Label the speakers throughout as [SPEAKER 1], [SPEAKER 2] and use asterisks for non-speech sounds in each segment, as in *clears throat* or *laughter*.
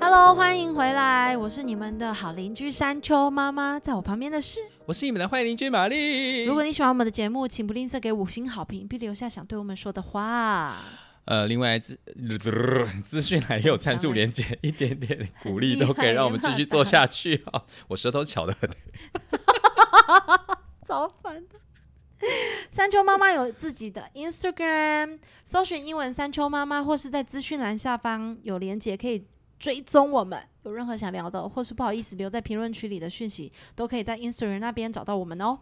[SPEAKER 1] Hello，欢迎回来，我是你们的好邻居山丘妈妈，在我旁边的是。
[SPEAKER 2] 我是你们的坏邻居玛丽。
[SPEAKER 1] 如果你喜欢我们的节目，请不吝啬给五星好评，并留下想对我们说的话。
[SPEAKER 2] 呃，另外资资讯还有赞助连接，一点点的鼓励都可以让我们继续做
[SPEAKER 1] *laughs*
[SPEAKER 2] 下去啊、我舌头巧的很，
[SPEAKER 1] 早烦的。山丘妈妈有自己的 Instagram，搜寻英文山丘妈妈，或是在资讯栏下方有连结，可以追踪我们。有任何想聊的，或是不好意思留在评论区里的讯息，都可以在 Instagram 那边找到我们哦。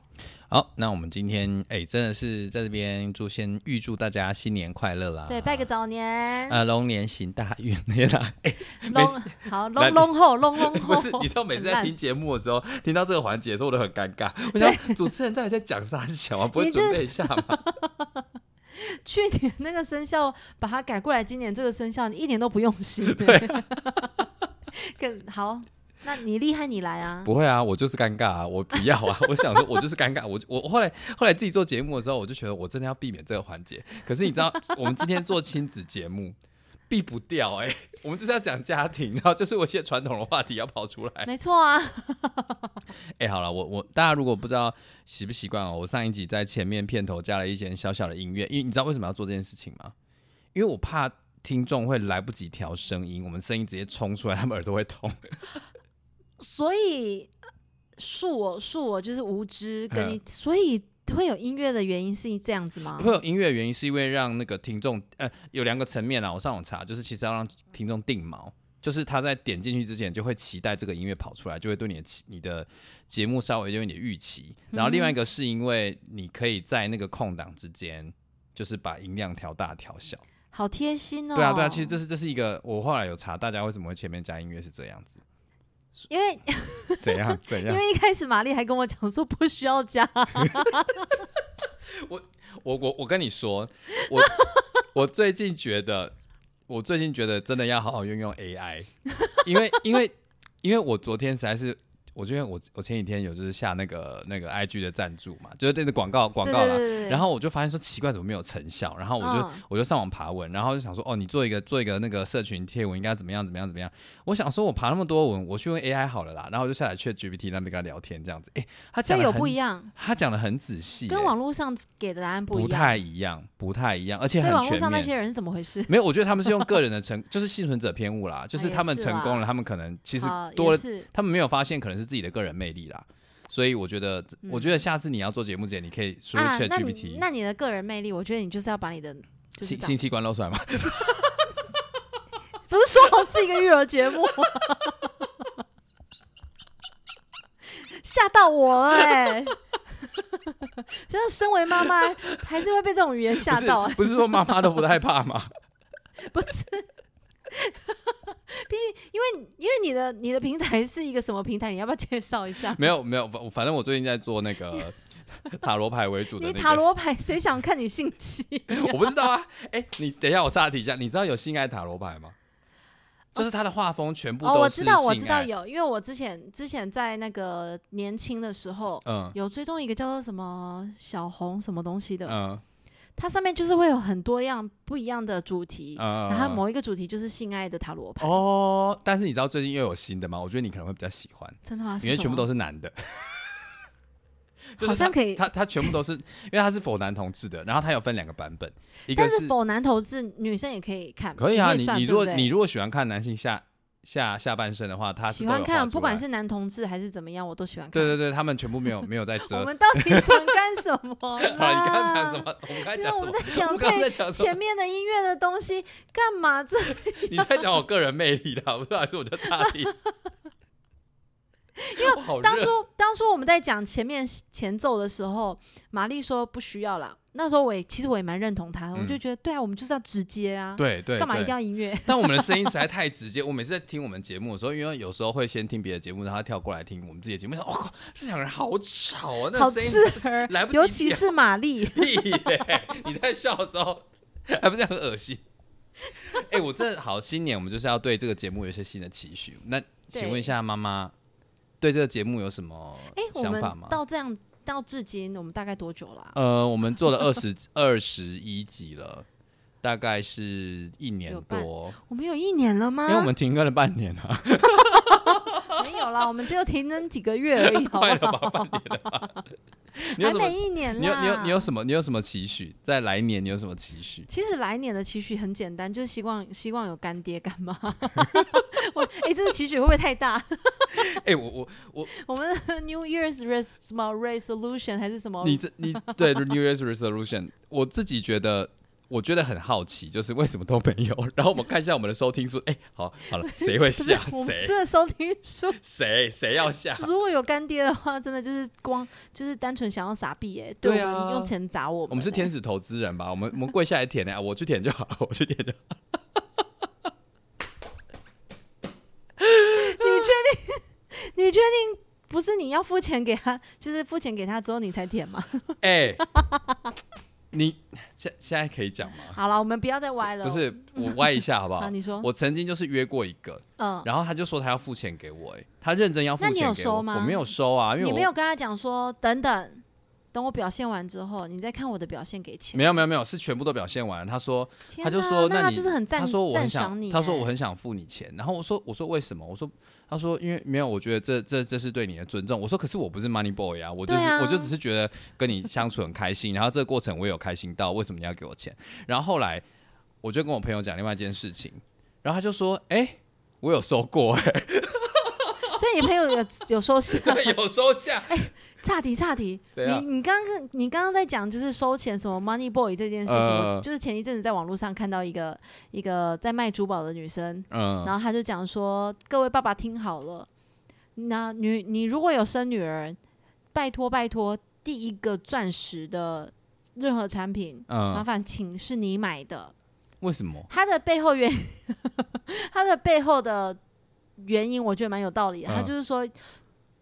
[SPEAKER 2] 好，那我们今天哎，真的是在这边祝先预祝大家新年快乐啦！
[SPEAKER 1] 对，拜个早年，
[SPEAKER 2] 呃，龙年行大运啦！ *laughs* 哎、
[SPEAKER 1] 龙、好龙龙后龙龙
[SPEAKER 2] 不
[SPEAKER 1] 后，
[SPEAKER 2] 是，你知 *laughs* 道每次
[SPEAKER 1] 哦很
[SPEAKER 2] 在
[SPEAKER 1] 烂
[SPEAKER 2] 听节目的时候，听到这个环节的时候，我都很尴尬。我想主持人到底在讲啥
[SPEAKER 1] *laughs*
[SPEAKER 2] 小啊？不会
[SPEAKER 1] 你这
[SPEAKER 2] 准备一下吗？
[SPEAKER 1] 去年那个生肖把它改过来，今年这个生肖你一点都不用心。
[SPEAKER 2] *laughs*
[SPEAKER 1] 更好，那你厉害，你来啊！
[SPEAKER 2] 不会啊，我就是尴尬啊，我不要啊， *laughs* 我想说，我就是尴尬，我我我后来后来自己做节目的时候，我就觉得我真的要避免这个环节。可是你知道，我们今天做亲子节目，避不掉哎、我们就是要讲家庭，然后就是我一些传统的话题要跑出来。
[SPEAKER 1] 没错啊，
[SPEAKER 2] 哎、好了，我我大家如果不知道习不习惯哦，我上一集在前面片头加了一些小小的音乐，因为你知道为什么要做这件事情吗？因为我怕听众会来不及调声音，我们声音直接冲出来，他们耳朵会痛。
[SPEAKER 1] 所以恕我恕我就是无知，跟你
[SPEAKER 2] 嗯
[SPEAKER 1] 所以会有音乐的原因是这样子吗？
[SPEAKER 2] 会有音乐的原因是因为让那个听众呃有两个层面啦，我上网查，就是其实要让听众定锚，就是他在点进去之前就会期待这个音乐跑出来，就会对你的期你的节目稍微有一点预期。然后另外一个是因为你可以在那个空档之间。就是把音量调大调小，
[SPEAKER 1] 好贴心哦！
[SPEAKER 2] 对啊对啊，其实这是这是一个我后来有查，大家为什么会前面加音乐是这样子，
[SPEAKER 1] 因为
[SPEAKER 2] 哎怎样怎
[SPEAKER 1] 因
[SPEAKER 2] 样？
[SPEAKER 1] 为一开始玛丽还跟我讲说不需要加，
[SPEAKER 2] 我我我跟你说，我
[SPEAKER 1] *laughs*
[SPEAKER 2] 我最近觉得，我最近觉得真的要好好运用 AI，因为因为因为我昨天实在是，我觉得我我前几天有就是下那个那个 IG 的赞助嘛，就是那个广告广
[SPEAKER 1] 对
[SPEAKER 2] 告
[SPEAKER 1] 对
[SPEAKER 2] 啦。
[SPEAKER 1] 对对，
[SPEAKER 2] 然后我就发现说奇怪怎么没有成效，然后我就、
[SPEAKER 1] 嗯
[SPEAKER 2] 我就上网爬文，然后就想说哦，你做一个做一个那个社群贴文应该怎么样怎么样怎么样？我想说我爬那么多文，我去问 AI 好了啦，然后我就下载 ChatGPT 那边跟他聊天这样子，诶，他
[SPEAKER 1] 所
[SPEAKER 2] 讲
[SPEAKER 1] 以
[SPEAKER 2] 的
[SPEAKER 1] 有不一
[SPEAKER 2] 很
[SPEAKER 1] 样，
[SPEAKER 2] 他讲的很仔细、
[SPEAKER 1] 跟
[SPEAKER 2] 诶
[SPEAKER 1] 网络上给的答案不一
[SPEAKER 2] 不
[SPEAKER 1] 样。
[SPEAKER 2] 太一样，不太一样，而且
[SPEAKER 1] 所以
[SPEAKER 2] 很
[SPEAKER 1] 网络
[SPEAKER 2] 全
[SPEAKER 1] 上那
[SPEAKER 2] 面。
[SPEAKER 1] 些人是怎么回事？
[SPEAKER 2] 没有，我觉得他们是用个人的成， *laughs* 就是幸存者偏误啦，就是
[SPEAKER 1] 啊也
[SPEAKER 2] 他们
[SPEAKER 1] 是
[SPEAKER 2] 成功
[SPEAKER 1] 啦
[SPEAKER 2] 了，他们可能其实
[SPEAKER 1] 好
[SPEAKER 2] 多
[SPEAKER 1] 呃也
[SPEAKER 2] 了，
[SPEAKER 1] 是
[SPEAKER 2] 他们没有发现可能是自己的个人魅力啦。所以我觉得，我觉得下次你要做节目之前，你可以输入
[SPEAKER 1] 嗯啊，那你
[SPEAKER 2] ChatGPT，、
[SPEAKER 1] 那你的个人魅力，我觉得你就是要把你的就是
[SPEAKER 2] 性
[SPEAKER 1] 长
[SPEAKER 2] 性器官露出 *laughs* 来嘛。
[SPEAKER 1] 不是说好是一个育儿节目吗，吓到我了哎、 *laughs* 就是身为妈妈，还是会被这种语言吓到
[SPEAKER 2] 不
[SPEAKER 1] 啊
[SPEAKER 2] 是，不是说妈妈都不害怕吗？ *laughs*
[SPEAKER 1] 不是？毕竟，因为因为你的你的平台是一个什么平台？你要不要介绍一下？
[SPEAKER 2] 没有没有，反反正我最近在做
[SPEAKER 1] *laughs*
[SPEAKER 2] 那个塔罗牌为主的
[SPEAKER 1] 你
[SPEAKER 2] 那
[SPEAKER 1] 塔
[SPEAKER 2] 个，
[SPEAKER 1] 罗牌谁想看你性器？
[SPEAKER 2] 我不知道啊。哎、你等一下，我岔题一下，你知道有性爱塔罗牌吗？就是它的画风全部
[SPEAKER 1] 哦，我
[SPEAKER 2] 都是
[SPEAKER 1] 知
[SPEAKER 2] 性爱。
[SPEAKER 1] 道，我知道有，因为我之前之前在那个年轻的时候，
[SPEAKER 2] 嗯
[SPEAKER 1] 有追踪一个叫做什么小红什么东西的，
[SPEAKER 2] 嗯
[SPEAKER 1] 它上面就是会有很多样不一样的主题，
[SPEAKER 2] 嗯，
[SPEAKER 1] 然后
[SPEAKER 2] 嗯
[SPEAKER 1] 某一个主题就是性爱的塔罗牌。
[SPEAKER 2] 哦，但是你知道最近又有新的吗？我觉得你可能会比较喜
[SPEAKER 1] *laughs*
[SPEAKER 2] 欢，
[SPEAKER 1] 真的吗？
[SPEAKER 2] 因为全部都是男的。 *laughs* 就是
[SPEAKER 1] 好像
[SPEAKER 2] 他
[SPEAKER 1] 可以
[SPEAKER 2] 他他全部都是，因为他是否男同志的，然后他有分两个版本，一
[SPEAKER 1] 一
[SPEAKER 2] 个
[SPEAKER 1] 但是否男投资女生也可以看，
[SPEAKER 2] 可以啊，
[SPEAKER 1] 也
[SPEAKER 2] 你
[SPEAKER 1] 算
[SPEAKER 2] 你
[SPEAKER 1] 对
[SPEAKER 2] 如果
[SPEAKER 1] 不对
[SPEAKER 2] 你如果喜欢看男性下下下半身的话，他是
[SPEAKER 1] 喜
[SPEAKER 2] 都有
[SPEAKER 1] 欢
[SPEAKER 2] 画
[SPEAKER 1] 看，
[SPEAKER 2] 出
[SPEAKER 1] 不管
[SPEAKER 2] 来
[SPEAKER 1] 是男同志还是怎么样，我都喜欢看。
[SPEAKER 2] 对对对，他们全部没有没有在
[SPEAKER 1] *laughs* 我
[SPEAKER 2] 遮。
[SPEAKER 1] 们到底想干什么啦？
[SPEAKER 2] *laughs* 好了，你刚刚讲什？么？我们刚才
[SPEAKER 1] 因为
[SPEAKER 2] 讲
[SPEAKER 1] 我
[SPEAKER 2] 什
[SPEAKER 1] 们
[SPEAKER 2] 么？
[SPEAKER 1] 在讲
[SPEAKER 2] 我刚刚在
[SPEAKER 1] 配
[SPEAKER 2] 讲什么？
[SPEAKER 1] 前面的音乐的东西，干嘛这
[SPEAKER 2] 你在讲我个人魅力啦，不是？还是我
[SPEAKER 1] *laughs*
[SPEAKER 2] 就差题？因为 *laughs* 好
[SPEAKER 1] 当
[SPEAKER 2] 热
[SPEAKER 1] 初当初我们在讲前面前奏的时候，玛丽说不需要啦。那时候我也其实我也蛮认同她，我就觉得对啊，我们就是要直接啊，
[SPEAKER 2] 嗯对对，
[SPEAKER 1] 干嘛一
[SPEAKER 2] 对
[SPEAKER 1] 定要音乐？
[SPEAKER 2] *laughs* 但我们的声音实在太直接，我每次在听我们节目的时候，因为有时候会先听别的节目，然后他跳过来听我们自己的节目，想哦，靠这两个人好吵啊，那
[SPEAKER 1] 好
[SPEAKER 2] 个声音
[SPEAKER 1] 刺耳
[SPEAKER 2] *laughs* 来，不及
[SPEAKER 1] 尤其是玛丽，
[SPEAKER 2] 屁耶！你在笑的时候，还不是很恶心？哎、我真的好，新年我们就是要对这个节目有一些新的期许。那请问一下妈妈，对这个节目有什么
[SPEAKER 1] 哎、我
[SPEAKER 2] 想
[SPEAKER 1] 们
[SPEAKER 2] 法吗？呃
[SPEAKER 1] 到这样到至今，我们大概多久啦、啊
[SPEAKER 2] 呃，我们做了二十二十一集了，大概是一年
[SPEAKER 1] 有半啊
[SPEAKER 2] 多，
[SPEAKER 1] 我们有一年了吗？
[SPEAKER 2] 因为我们停更了半年啊，
[SPEAKER 1] *laughs* 没有啦，我们只有停更几个月而已，好不
[SPEAKER 2] *laughs* 快了
[SPEAKER 1] 好？
[SPEAKER 2] 吧，半年了 *laughs* 吧。你有
[SPEAKER 1] 还
[SPEAKER 2] 什么
[SPEAKER 1] 没？一啊年啦。
[SPEAKER 2] 你有你有你有什么？你有什么期许？在来年你有什么期许？
[SPEAKER 1] 其实来年的期许很简单，就是希望希望有干爹干妈。 *laughs* 我哎、这个期许会不会太大？
[SPEAKER 2] 哎、我我
[SPEAKER 1] 我们的 *laughs* New Year's res 什么 resolution 还是什么？
[SPEAKER 2] 你这你对 New Year's Resolution，我 *laughs* 自己觉得，我觉得很好奇，就是为什么都没有。然后我们看一下我们的收听数，哎、好好了，谁会
[SPEAKER 1] 不是
[SPEAKER 2] 下
[SPEAKER 1] *laughs* 我们
[SPEAKER 2] 谁？
[SPEAKER 1] 这个收听数，
[SPEAKER 2] 谁谁要下？
[SPEAKER 1] 如果有干爹的话，真的就是光就是单纯想要傻逼耶、
[SPEAKER 2] 对
[SPEAKER 1] 我
[SPEAKER 2] 啊
[SPEAKER 1] 们用钱砸我们、
[SPEAKER 2] 我们是天，使投资人吧？我们我们跪下来舔的、啊，我去舔就好，我去舔就好。
[SPEAKER 1] *laughs* 你确定不是你要付钱给他，就是付钱给他之后你才舔吗？ *laughs*
[SPEAKER 2] 哎、你现现在可以讲
[SPEAKER 1] *laughs*
[SPEAKER 2] 吗？
[SPEAKER 1] 好了，我们不要再歪了。哦
[SPEAKER 2] 不，是，我歪一下好不
[SPEAKER 1] *laughs*
[SPEAKER 2] 好？
[SPEAKER 1] 好你说
[SPEAKER 2] 我曾经就是约过一个，
[SPEAKER 1] 嗯，
[SPEAKER 2] 然后他就说他要付钱给我、哎，他认真要付
[SPEAKER 1] 那
[SPEAKER 2] 钱
[SPEAKER 1] 你
[SPEAKER 2] 给
[SPEAKER 1] 有
[SPEAKER 2] 我，
[SPEAKER 1] 收吗
[SPEAKER 2] 我没有收啊，因为
[SPEAKER 1] 你
[SPEAKER 2] 我
[SPEAKER 1] 没有跟他讲说等等，等我表现完之后，你再看我的表现给钱。
[SPEAKER 2] 没有没有没有，是全部都表现完了。他说
[SPEAKER 1] 天
[SPEAKER 2] 他就
[SPEAKER 1] 哪
[SPEAKER 2] 说：“
[SPEAKER 1] 那
[SPEAKER 2] 那
[SPEAKER 1] 他
[SPEAKER 2] 你
[SPEAKER 1] 就是很赞
[SPEAKER 2] 他说我
[SPEAKER 1] 赞
[SPEAKER 2] 很
[SPEAKER 1] 赏
[SPEAKER 2] 想，
[SPEAKER 1] 你耶。欸
[SPEAKER 2] 他说我很想付你钱。然后我说：“我说为什么？”我说：“他说因为没有，我觉得这这这是对你的尊重。”我说：“可是我不是 money boy 啊，我就是、
[SPEAKER 1] 对啊
[SPEAKER 2] 我就只是觉得跟你相处很开心，然后这个过程我也有开心到，为什么你要给我钱？”然后后来我就跟我朋友讲另外一件事情，然后他就说：“哎、我有收过、 *laughs* 哎，
[SPEAKER 1] 所以你朋友有 *laughs* 有收钱。
[SPEAKER 2] 有收下。
[SPEAKER 1] 岔题岔题，
[SPEAKER 2] 怎
[SPEAKER 1] 你
[SPEAKER 2] 样
[SPEAKER 1] 你刚刚你刚刚在讲就是收钱什么 Money Boy 这件事情，
[SPEAKER 2] 呃
[SPEAKER 1] 我就是前一阵子在网络上看到一个一个在卖珠宝的女生，
[SPEAKER 2] 嗯，
[SPEAKER 1] 然后她就讲说，各位爸爸听好了，那女你如果有生女儿，拜托拜托，第一个钻石的任何产品，麻
[SPEAKER 2] 嗯，
[SPEAKER 1] 烦请是你买的，
[SPEAKER 2] 为什么？
[SPEAKER 1] 它的背后原， *laughs* 它的背后的原因，我觉得蛮有道理的。
[SPEAKER 2] 嗯
[SPEAKER 1] 他就是说，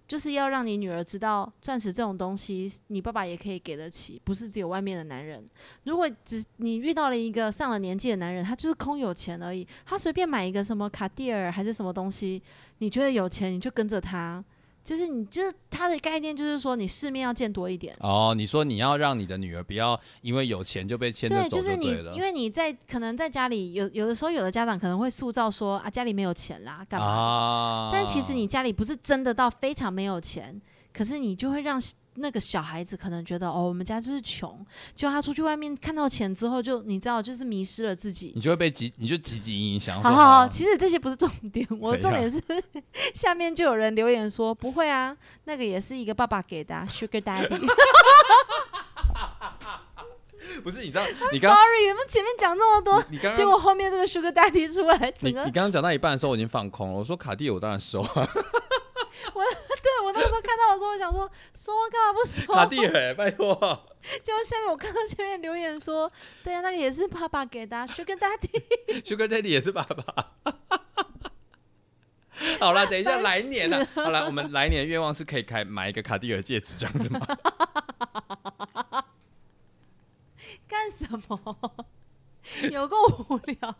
[SPEAKER 1] 就是要让你女儿知道，钻石这种东西，你爸爸也可以给得起，不是只有外面的男人。如果只你遇到了一个上了年纪的男人，他就是空有钱而已，他随便买一个什么卡地尔还是什么东西，你觉得有钱你就跟着他。就是你，就是他的概念，就是说你世面要见多一点。
[SPEAKER 2] 哦，你说你要让你的女儿不要因为有钱就被牵着
[SPEAKER 1] 对，
[SPEAKER 2] 走
[SPEAKER 1] 就是你
[SPEAKER 2] 对了，，
[SPEAKER 1] 因为你在可能在家里有有的时候，有的家长可能会塑造说啊家里没有钱啦，干嘛？
[SPEAKER 2] 啊？
[SPEAKER 1] 但其实你家里不是真的到非常没有钱，可是你就会让那个小孩子可能觉得哦，我们家就是穷，就他出去外面看到钱之后就，你知道就是迷失了自己
[SPEAKER 2] 你。就会被积，你就积极影响。
[SPEAKER 1] 好
[SPEAKER 2] 说
[SPEAKER 1] 好好，
[SPEAKER 2] 啊
[SPEAKER 1] 其实这些不是重点，我的重
[SPEAKER 2] 怎
[SPEAKER 1] 点
[SPEAKER 2] 样
[SPEAKER 1] 是下面就有人留言说不会啊，那个也是一个爸爸给的、啊、Sugar Daddy。
[SPEAKER 2] *laughs* 不是你
[SPEAKER 1] *laughs*
[SPEAKER 2] 知道，你刚
[SPEAKER 1] Sorry，你们前面讲那么
[SPEAKER 2] *laughs*
[SPEAKER 1] 多，
[SPEAKER 2] 你刚
[SPEAKER 1] 结
[SPEAKER 2] 刚
[SPEAKER 1] 果后面这个 Sugar Daddy 出来，
[SPEAKER 2] 你
[SPEAKER 1] 整个
[SPEAKER 2] 你刚刚讲到一半的时候，我已经放空了。我说卡地，我当然
[SPEAKER 1] *laughs*
[SPEAKER 2] 收 *laughs* 啊，
[SPEAKER 1] 对 *laughs* 我那时候看到的时候，我想说说干嘛不 *laughs*
[SPEAKER 2] 卡
[SPEAKER 1] 说？
[SPEAKER 2] 地尔，拜托，
[SPEAKER 1] 结果下面我看到下面留言说，对啊，那个也是爸爸给的、啊、，Sugar Daddy。
[SPEAKER 2] Sugar Daddy 也是爸爸。 *laughs* 好啦，等
[SPEAKER 1] *laughs*
[SPEAKER 2] 一下，来年啦，好啦，我们来年的愿望是可以开买一个卡地尔戒指，这样子吗？
[SPEAKER 1] *laughs*
[SPEAKER 2] *laughs*
[SPEAKER 1] 干什么？ *laughs* 有够无聊，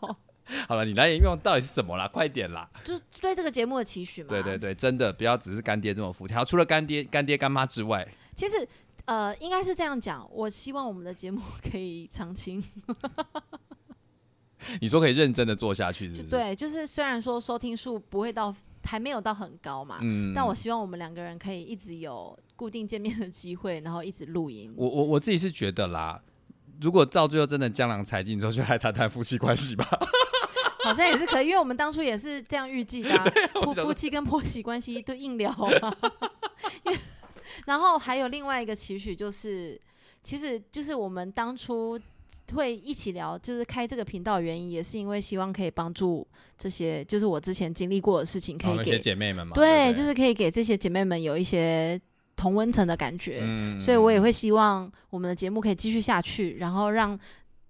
[SPEAKER 2] 好了，你来年愿望到底是什么啦？快点啦！
[SPEAKER 1] *laughs* 就对这个节目的期许嘛。
[SPEAKER 2] 对对。对，真的不要只是干爹这么服帖。好除了干爹、干爹、干妈之外，
[SPEAKER 1] *laughs*
[SPEAKER 2] *laughs*
[SPEAKER 1] 其实呃，应该是这样讲，我希望我们的节目可以长青。
[SPEAKER 2] 你说可以认真的做下去，是
[SPEAKER 1] 就
[SPEAKER 2] 不是？，啊
[SPEAKER 1] 对，就是虽然说收听数不会到，还没有到很高嘛。
[SPEAKER 2] 嗯
[SPEAKER 1] 但我希望我们两个人可以一直有固定见面的机会，然后一直录音。
[SPEAKER 2] 我我我自己是觉得啦，如果到最后真的江郎才尽之后，就来谈谈夫妻关系 *laughs* 吧。
[SPEAKER 1] 好像也是可以，因为我们当初也是这样预计
[SPEAKER 2] *laughs*
[SPEAKER 1] 的、啊，夫
[SPEAKER 2] 我想
[SPEAKER 1] 夫
[SPEAKER 2] 说
[SPEAKER 1] 妻跟婆媳关系都硬聊啊。因为然后还有另外一个期许就是，其实就是我们当初会一起聊，就是开这个频道的原因，也是因为希望可以帮助这些，就是我之前经历过的事情，可
[SPEAKER 2] 好
[SPEAKER 1] 以
[SPEAKER 2] 哦那
[SPEAKER 1] 给
[SPEAKER 2] 些姐妹们嘛，
[SPEAKER 1] 对，
[SPEAKER 2] 不
[SPEAKER 1] 就是可以给这些姐妹们有一些同温层的感觉。
[SPEAKER 2] 嗯
[SPEAKER 1] 所以我也会希望我们的节目可以继续下去，然后让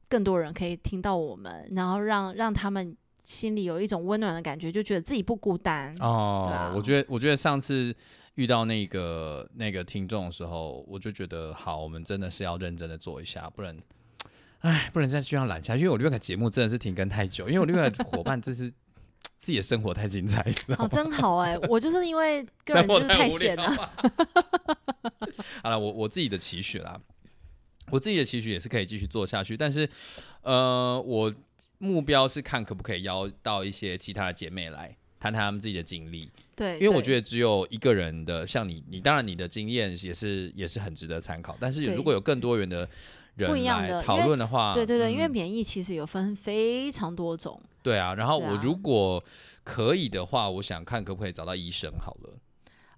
[SPEAKER 1] 更多人可以听到我们，然后让让他们心里有一种温暖的感觉，就觉得自己不孤单。
[SPEAKER 2] 哦，
[SPEAKER 1] 对啊
[SPEAKER 2] 我觉得我觉得上次遇到那个那个听众的时候，我就觉得好，我们真的是要认真的做一下，不然。唉，不能再这样懒下去，因为我另外一个节目真的是停更太久，因为我另外一个伙伴就是 *laughs* 自己的生活太精彩，知道
[SPEAKER 1] 哦，
[SPEAKER 2] 吗？
[SPEAKER 1] 真好哎、我就是因
[SPEAKER 2] *laughs*
[SPEAKER 1] 为 *laughs* 个人
[SPEAKER 2] 生
[SPEAKER 1] 就
[SPEAKER 2] 活
[SPEAKER 1] 是
[SPEAKER 2] *laughs* 太
[SPEAKER 1] 太
[SPEAKER 2] 无
[SPEAKER 1] 闲
[SPEAKER 2] 聊
[SPEAKER 1] 了，
[SPEAKER 2] 了。好了，我我自己的期许啦，我自己的期许也是可以继续做下去，但是，呃，我目标是看可不可以邀到一些其他的姐妹来谈谈她们自己的经历，
[SPEAKER 1] 对，
[SPEAKER 2] 因为我
[SPEAKER 1] 对
[SPEAKER 2] 觉得只有一个人的，像你，你当然你的经验也是也是很值得参考，但是
[SPEAKER 1] 对
[SPEAKER 2] 如果有更多元的
[SPEAKER 1] 不一
[SPEAKER 2] 人
[SPEAKER 1] 样的
[SPEAKER 2] 来
[SPEAKER 1] 因
[SPEAKER 2] 讨
[SPEAKER 1] 为
[SPEAKER 2] 论的话，
[SPEAKER 1] 对对对，因为
[SPEAKER 2] 嗯
[SPEAKER 1] 免疫其实有分非常多种，
[SPEAKER 2] 对啊，然后
[SPEAKER 1] 对
[SPEAKER 2] 我
[SPEAKER 1] 啊
[SPEAKER 2] 如果可以的话，我想看可不可以找到医生好了。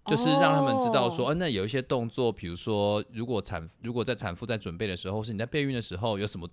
[SPEAKER 2] 就是让他们知道
[SPEAKER 1] 哦
[SPEAKER 2] 说，呃，那有一些动作，比如说，如果产如果在产妇在准备的时候，或是你在备孕的时候，有什么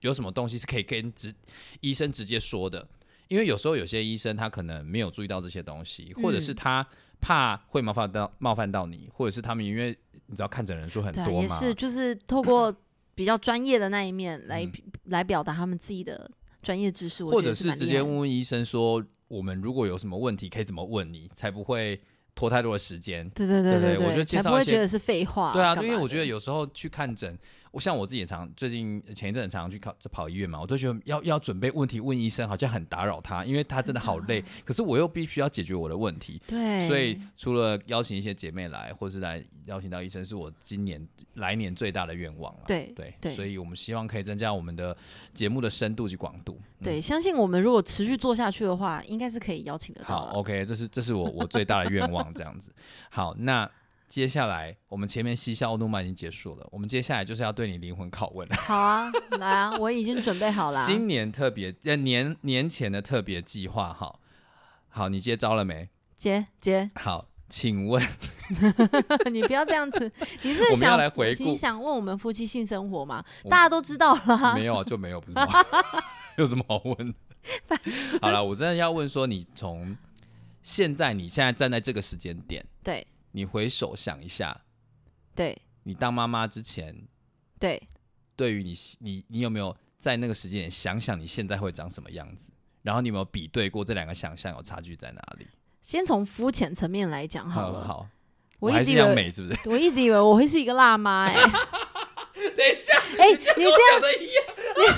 [SPEAKER 2] 有什么东西是可以跟直医生直接说的，因为有时候有些医生他可能没有注意到这些东西，或者是
[SPEAKER 1] 嗯
[SPEAKER 2] 他怕会冒犯到冒犯到你，或者是他们因为你知道看诊人数很
[SPEAKER 1] 对
[SPEAKER 2] 多
[SPEAKER 1] 啊，
[SPEAKER 2] 嘛，
[SPEAKER 1] 也是就是透过比较专业的那一面来、
[SPEAKER 2] 嗯
[SPEAKER 1] 来表达他们自己的专业知识，我
[SPEAKER 2] 或
[SPEAKER 1] 觉得
[SPEAKER 2] 者
[SPEAKER 1] 是蛮
[SPEAKER 2] 直
[SPEAKER 1] 厉
[SPEAKER 2] 接
[SPEAKER 1] 害的
[SPEAKER 2] 问问医生说，我们如果有什么问题可以怎么问你，才不会拖太多的时间。
[SPEAKER 1] 对对
[SPEAKER 2] 对
[SPEAKER 1] 对
[SPEAKER 2] 对我觉得介
[SPEAKER 1] 才
[SPEAKER 2] 绍
[SPEAKER 1] 不会
[SPEAKER 2] 一些
[SPEAKER 1] 觉得是废话。
[SPEAKER 2] 对啊，
[SPEAKER 1] 干
[SPEAKER 2] 因为
[SPEAKER 1] 嘛
[SPEAKER 2] 我觉
[SPEAKER 1] 的
[SPEAKER 2] 得有时候去看诊，我像我自己也常最近前一阵很常去考跑医院嘛，我都觉得要要准备问题问医生，好像很打扰他，因为他真的好累，可是我又必须要解决我的问题。
[SPEAKER 1] 啊对，
[SPEAKER 2] 所以除了邀请一些姐妹来，或是来邀请到医生，是我今年来年最大的愿望了。
[SPEAKER 1] 对
[SPEAKER 2] 对
[SPEAKER 1] 对
[SPEAKER 2] 所以我们希望可以增加我们的节目的深度及广度。嗯
[SPEAKER 1] 对，相信我们如果持续做下去的话，应该是可以邀请得到
[SPEAKER 2] 好
[SPEAKER 1] 的。
[SPEAKER 2] ，OK，这是这是我我最大的愿望，这样子。好，那接下来我们前面嬉笑怒骂已经结束了，我们接下来就是要对你灵魂拷问了。
[SPEAKER 1] 好啊，来啊，我已经准备好啊啦。
[SPEAKER 2] 新年特别呃年年前的特别计划，好，好，你接招了没？
[SPEAKER 1] 姐姐， *laughs*
[SPEAKER 2] 好，请问
[SPEAKER 1] 你不要这样子，你
[SPEAKER 2] *laughs* 我
[SPEAKER 1] 是
[SPEAKER 2] 们要
[SPEAKER 1] 想
[SPEAKER 2] 来回顾
[SPEAKER 1] 你想问我们夫妻性生活吗？
[SPEAKER 2] 我
[SPEAKER 1] 大家都知道啦。
[SPEAKER 2] 没有啊就没有，不是吗？ *laughs* 有什么好
[SPEAKER 1] *laughs*
[SPEAKER 2] 问的？好了，我真的要问说，你从现在你现在站在这个时间点，
[SPEAKER 1] 对
[SPEAKER 2] 你回首想一下，
[SPEAKER 1] 对
[SPEAKER 2] 你当妈妈之前
[SPEAKER 1] 对，
[SPEAKER 2] 对于你，你你有没有在那个时间点想想你现在会长什么样子？然后你有没有比对过这两个想象有差距在哪里？
[SPEAKER 1] 先从肤浅层面来讲好了。
[SPEAKER 2] 好，
[SPEAKER 1] 我
[SPEAKER 2] 还
[SPEAKER 1] 一直
[SPEAKER 2] 是
[SPEAKER 1] 以
[SPEAKER 2] 要
[SPEAKER 1] 为
[SPEAKER 2] 美是不
[SPEAKER 1] *laughs*
[SPEAKER 2] *laughs* 是？
[SPEAKER 1] 我一直以为我会是一个辣妈
[SPEAKER 2] *laughs*
[SPEAKER 1] 哎、
[SPEAKER 2] 等一下，
[SPEAKER 1] 哎、你这
[SPEAKER 2] 跟我
[SPEAKER 1] 样
[SPEAKER 2] 想的一样。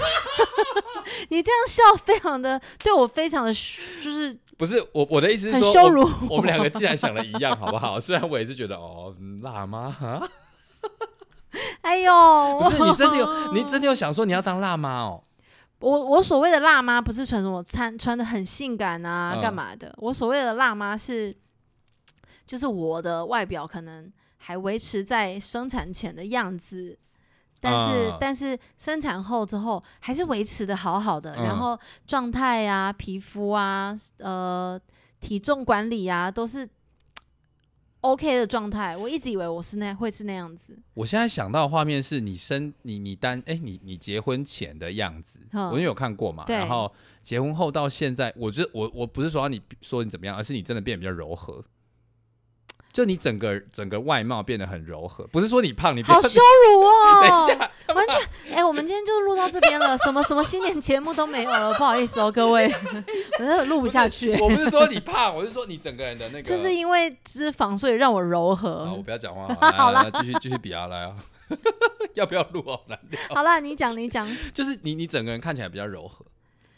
[SPEAKER 1] 你这样笑，非常的对我非常的就是
[SPEAKER 2] 不是我我的意思是
[SPEAKER 1] 很
[SPEAKER 2] 说，
[SPEAKER 1] 羞辱
[SPEAKER 2] *laughs* 我。我们两个既然想的一样，好不好？ *laughs* 虽然我也是觉得哦，嗯辣妈 *laughs* 哈，
[SPEAKER 1] 哎呦，
[SPEAKER 2] 不是你真的有，你真的有想说你要当辣妈哦？
[SPEAKER 1] 我我所谓的辣妈不是穿什么穿穿的很性感啊，
[SPEAKER 2] 嗯
[SPEAKER 1] 干嘛的？我所谓的辣妈是，就是我的外表可能还维持在生产前的样子，但是、
[SPEAKER 2] 嗯
[SPEAKER 1] 但是生产后之后还是维持的好好的，
[SPEAKER 2] 嗯
[SPEAKER 1] 然后状态啊、皮肤啊、呃、体重管理啊都是 OK 的状态。我一直以为我是那会是那样子，
[SPEAKER 2] 我现在想到的画面是你生你你单哎你你结婚前的样子，
[SPEAKER 1] 嗯
[SPEAKER 2] 我因为有看过嘛，
[SPEAKER 1] 对
[SPEAKER 2] 然后结婚后到现在，我觉得我我不是说要你说你怎么样，而是你真的变得比较柔和，就你整个整个外貌变得很柔和，不是说你胖，你不
[SPEAKER 1] 好
[SPEAKER 2] 要
[SPEAKER 1] 羞辱哦！
[SPEAKER 2] *laughs* 等一下，
[SPEAKER 1] 完全，哎、我们今天就录到这边了，什么什么新年节目都没有了，不好意思哦，各
[SPEAKER 2] *laughs*
[SPEAKER 1] 位，真的录不下去，
[SPEAKER 2] 我不是说你胖，我是说你整个人的那个，
[SPEAKER 1] 就是因为脂肪，所以让我柔
[SPEAKER 2] 好，我
[SPEAKER 1] 和。
[SPEAKER 2] 不要讲 *laughs* 话，嗯好了，来继续继续比啊，来啊， *laughs* 要不要录啊？来，
[SPEAKER 1] 好啦，你讲，你讲，
[SPEAKER 2] 就是你你整个人看起来比较柔和，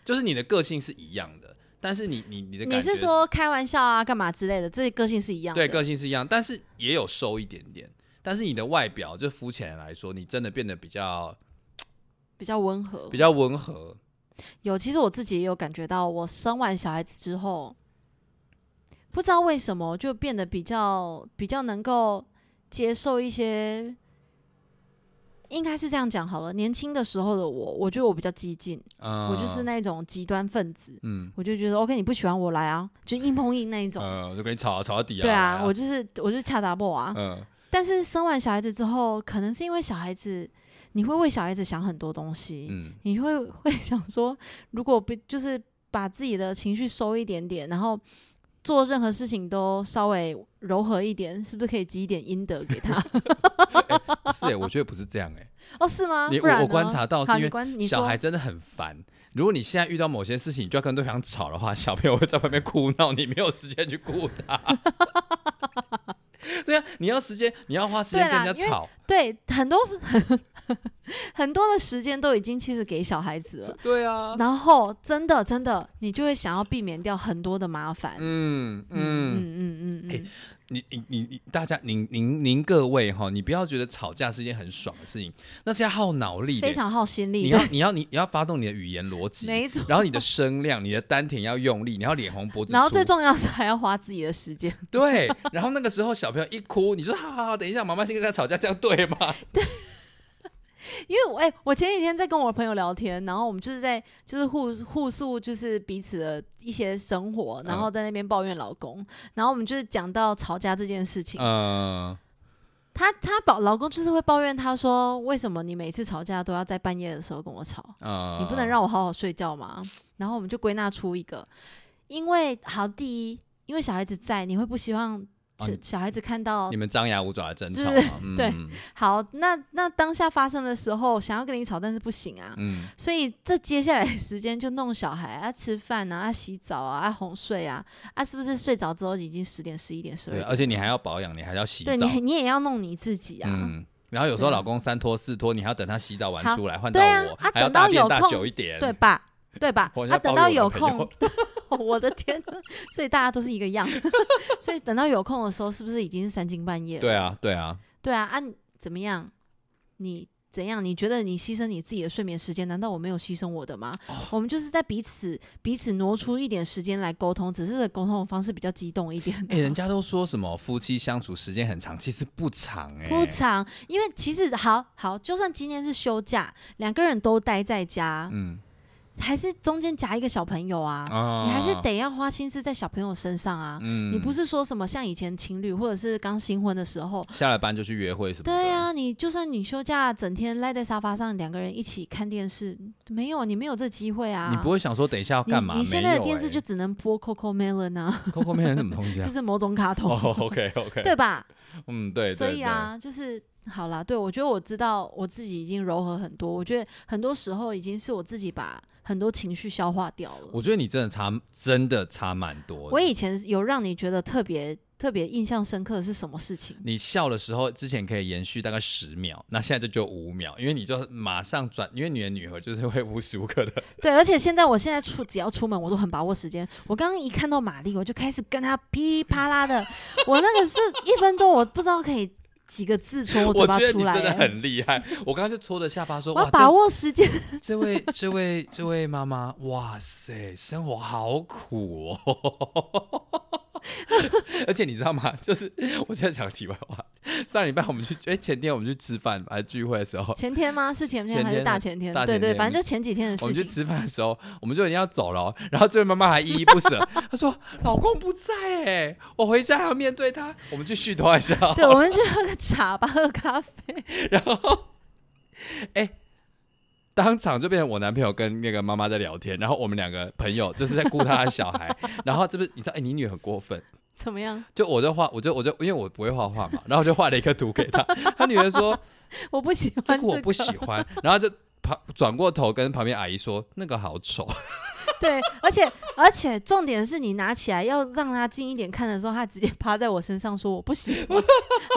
[SPEAKER 2] 就是你的个性是一样的，但是你你你的感
[SPEAKER 1] 你
[SPEAKER 2] 觉
[SPEAKER 1] 是说开玩笑啊，干嘛之类的，这些个性是一样的。
[SPEAKER 2] 对个性是一样，但是也有瘦一点点，但是你的外表就肤浅来说，你真的变得比较
[SPEAKER 1] 比较温和
[SPEAKER 2] 比。较温和，
[SPEAKER 1] 有，其实我自己也有感觉到，我生完小孩子之后，不知道为什么就变得比较比较能够接受一些。应该是这样讲好了。年轻的时候的我，我觉得我比较激进，
[SPEAKER 2] 嗯，
[SPEAKER 1] 我就是那种极端分子，
[SPEAKER 2] 嗯
[SPEAKER 1] 我就觉得 OK，你不喜欢我来啊，就硬碰硬那一种。
[SPEAKER 2] 嗯，就跟你吵啊吵到底啊，
[SPEAKER 1] 对
[SPEAKER 2] 来
[SPEAKER 1] 啊，我就是我就是恰达布啊。
[SPEAKER 2] 嗯
[SPEAKER 1] 但是生完小孩子之后，可能是因为小孩子，你会为小孩子想很多东西，
[SPEAKER 2] 嗯
[SPEAKER 1] 你会 *laughs* 会想说，如果不就是把自己的情绪收一点点，然后做任何事情都稍微柔和一点，是不是可以积一点阴德给
[SPEAKER 2] *laughs*
[SPEAKER 1] 他？
[SPEAKER 2] 不是哎，我觉得不是这样哎，
[SPEAKER 1] 哦，是吗？
[SPEAKER 2] 你
[SPEAKER 1] 不然
[SPEAKER 2] 我
[SPEAKER 1] 呢
[SPEAKER 2] 我观察到是
[SPEAKER 1] 好，
[SPEAKER 2] 因
[SPEAKER 1] 你
[SPEAKER 2] 为
[SPEAKER 1] 观你
[SPEAKER 2] 小
[SPEAKER 1] 说
[SPEAKER 2] 孩真的很烦。如果你现在遇到某些事情，你就要跟对方吵的话，小朋友会在外面哭闹，你没有时间去顾他。 *laughs* 对啊，你要时间，你要花时间
[SPEAKER 1] 对啦
[SPEAKER 2] 跟人家
[SPEAKER 1] 因为
[SPEAKER 2] 吵，
[SPEAKER 1] 对，很多 *laughs* 很多的时间都已经其实给小孩子了，
[SPEAKER 2] 对啊，
[SPEAKER 1] 然后真的真的，你就会想要避免掉很多的麻烦。
[SPEAKER 2] 嗯嗯。
[SPEAKER 1] 嗯嗯嗯嗯，
[SPEAKER 2] 你你你你，大家您您您各位哈，你不要觉得吵架是一件很爽的事情，那是要耗脑力的。
[SPEAKER 1] 非常耗心
[SPEAKER 2] 你
[SPEAKER 1] 力，
[SPEAKER 2] 要
[SPEAKER 1] 对，
[SPEAKER 2] 你要你你要发动你的语言逻辑，
[SPEAKER 1] 没错。
[SPEAKER 2] 然后你的声量、你的丹田要用力，你要脸红脖子粗。
[SPEAKER 1] 然后最重要是还要花自己的时 *laughs* 间，
[SPEAKER 2] 对，然后那个时候小朋友一哭，你说好好好，等一下，妈妈先跟他吵架，这样
[SPEAKER 1] *laughs*
[SPEAKER 2] 对吗？
[SPEAKER 1] 因为我哎、我前几天在跟我朋友聊天，然后我们就是在就是互互诉就是彼此的一些生活，然后在那边抱怨老公，然后我们就是讲到吵架这件事情，
[SPEAKER 2] 嗯，
[SPEAKER 1] 她她老老公就是会抱怨，她说为什么你每次吵架都要在半夜的时候跟我吵？
[SPEAKER 2] 嗯
[SPEAKER 1] 你不能让我好好睡觉吗？然后我们就归纳出一个，因为好，第一，因为小孩子在，你会不希望
[SPEAKER 2] 啊
[SPEAKER 1] 小
[SPEAKER 2] 你
[SPEAKER 1] 小孩子看到
[SPEAKER 2] 你们张牙舞爪的争吵
[SPEAKER 1] 就
[SPEAKER 2] 嘛，嗯、
[SPEAKER 1] 对，好，那那当下发生的时候，想要跟你吵，但是不行啊。
[SPEAKER 2] 嗯，
[SPEAKER 1] 所以这接下来的时间就弄小孩啊，吃饭啊，啊洗澡啊，啊哄睡啊，啊是不是睡着之后已经十点、十一点、十二
[SPEAKER 2] 对，
[SPEAKER 1] 点？
[SPEAKER 2] 而且你还要保养，你还要洗澡，
[SPEAKER 1] 对你，你也要弄你自己啊。
[SPEAKER 2] 嗯。然后有时候
[SPEAKER 1] 对啊
[SPEAKER 2] 老公三拖四拖，你还要等他洗澡完
[SPEAKER 1] 好
[SPEAKER 2] 出来，换到
[SPEAKER 1] 对啊
[SPEAKER 2] 我，
[SPEAKER 1] 啊
[SPEAKER 2] 还要
[SPEAKER 1] 等到
[SPEAKER 2] 大便
[SPEAKER 1] 有
[SPEAKER 2] 大
[SPEAKER 1] 空
[SPEAKER 2] 久一点，
[SPEAKER 1] 对吧？对吧？
[SPEAKER 2] *laughs* 我现
[SPEAKER 1] 啊，
[SPEAKER 2] 在
[SPEAKER 1] 等
[SPEAKER 2] 抱
[SPEAKER 1] 到
[SPEAKER 2] 怨
[SPEAKER 1] 有
[SPEAKER 2] 我的朋友
[SPEAKER 1] 空， *laughs* 我的天呐，所以大家都是一个样， *laughs* 所以等到有空的时候，是不是已经是三更半夜了？
[SPEAKER 2] 对啊，对啊，
[SPEAKER 1] 对啊，啊，怎么样？你怎样？你觉得你牺牲你自己的睡眠时间，难道我没有牺牲我的吗？
[SPEAKER 2] 哦
[SPEAKER 1] 我们就是在彼此彼此挪出一点时间来沟通，只是这个沟通的方式比较激动一点。
[SPEAKER 2] 哎、人家都说什么夫妻相处时间很长，其实不长哎、
[SPEAKER 1] 不长，因为其实好好，就算今天是休假，两个人都待在家，
[SPEAKER 2] 嗯
[SPEAKER 1] 还是中间夹一个小朋友啊，
[SPEAKER 2] 啊
[SPEAKER 1] 你还是得要花心思在小朋友身上啊。
[SPEAKER 2] 嗯
[SPEAKER 1] 你不是说什么像以前情侣或者是刚新婚的时候，
[SPEAKER 2] 下了班就去约会什么的？
[SPEAKER 1] 对啊，你就算你休假整天赖在沙发上，两个人一起看电视，没有你没有这机会啊。
[SPEAKER 2] 你不会想说等一下要
[SPEAKER 1] 你
[SPEAKER 2] 干嘛？
[SPEAKER 1] 你现在的电视就
[SPEAKER 2] 没欸
[SPEAKER 1] 只能播 Coco Melon 啊，
[SPEAKER 2] *laughs* 有欸 Coco 面是什么东
[SPEAKER 1] *laughs*
[SPEAKER 2] 西
[SPEAKER 1] 就
[SPEAKER 2] 啊？
[SPEAKER 1] 是某种卡通，
[SPEAKER 2] 哦，OK OK，
[SPEAKER 1] 对，吧？
[SPEAKER 2] 嗯对，对
[SPEAKER 1] 所以，啊，就是好啦，对我觉得我知道我自己已经柔和很多，我觉得很多时候已经是我自己把很多情绪消化掉了
[SPEAKER 2] 对。我觉得你真的差，真的差蛮多的。
[SPEAKER 1] 我以前有让你觉得特别特别印象深刻的是什么事情？ *laughs*
[SPEAKER 2] 你笑的时候，之前可以延续大概十秒，那现在就只有五秒，因为你就马上转，因为你的女儿就是会无时无刻的，
[SPEAKER 1] 对，而且现在我现在出只要出门，我都很把握时间。我刚刚一看到玛丽，我就开始跟她噼里啪啦的，我那个是一分钟，我不知道可以几个字从我
[SPEAKER 2] 我
[SPEAKER 1] 嘴巴
[SPEAKER 2] 觉得
[SPEAKER 1] 出
[SPEAKER 2] 你
[SPEAKER 1] 来
[SPEAKER 2] 真的
[SPEAKER 1] 欸、
[SPEAKER 2] 很厉害。我刚刚就搓着下巴说，
[SPEAKER 1] 我
[SPEAKER 2] 哇，
[SPEAKER 1] 要
[SPEAKER 2] 这
[SPEAKER 1] 把握时间， *laughs*
[SPEAKER 2] 这位、这位、这位妈妈，哇塞，生活好苦哦！ *laughs* 而且你知道吗？就是我现在讲题外话，上礼拜我们去，哎、前天我们去吃饭还是聚会的时候，
[SPEAKER 1] 前天吗？是前天
[SPEAKER 2] 前
[SPEAKER 1] 还是
[SPEAKER 2] 天
[SPEAKER 1] 大
[SPEAKER 2] 的哦
[SPEAKER 1] 前天？
[SPEAKER 2] 大
[SPEAKER 1] 对
[SPEAKER 2] 前
[SPEAKER 1] 对，
[SPEAKER 2] 天
[SPEAKER 1] 反正就前几天的
[SPEAKER 2] 我
[SPEAKER 1] 事
[SPEAKER 2] 们去
[SPEAKER 1] 情。
[SPEAKER 2] 吃饭的时候，我们就已经要走了哦、然后这位妈妈还依依不舍，她说：“老公不在哎、我回家还要面对他。”我们去续头还笑，
[SPEAKER 1] 对，我们去喝个茶吧，喝咖啡。 *laughs*
[SPEAKER 2] 然后，哎、当场就变成我男朋友跟那个妈妈在聊天，然后我们两个朋友就是在顾他的
[SPEAKER 1] *laughs*
[SPEAKER 2] 小孩，然后这不是你知道，哎、你女儿很过分，
[SPEAKER 1] 怎么样？
[SPEAKER 2] 就我就画，我就我就因为我不会画画嘛，然后我就画了一个图给
[SPEAKER 1] *laughs*
[SPEAKER 2] 她，她女儿说
[SPEAKER 1] 我不喜欢
[SPEAKER 2] 这
[SPEAKER 1] 这
[SPEAKER 2] 个我
[SPEAKER 1] *laughs*
[SPEAKER 2] 不喜欢，然后就旁转过头跟旁边阿姨说那个好丑，
[SPEAKER 1] 对，而且而且重点是你拿起来要让他近一点看的时候，他直接趴在我身上说我不喜 *laughs* 欢，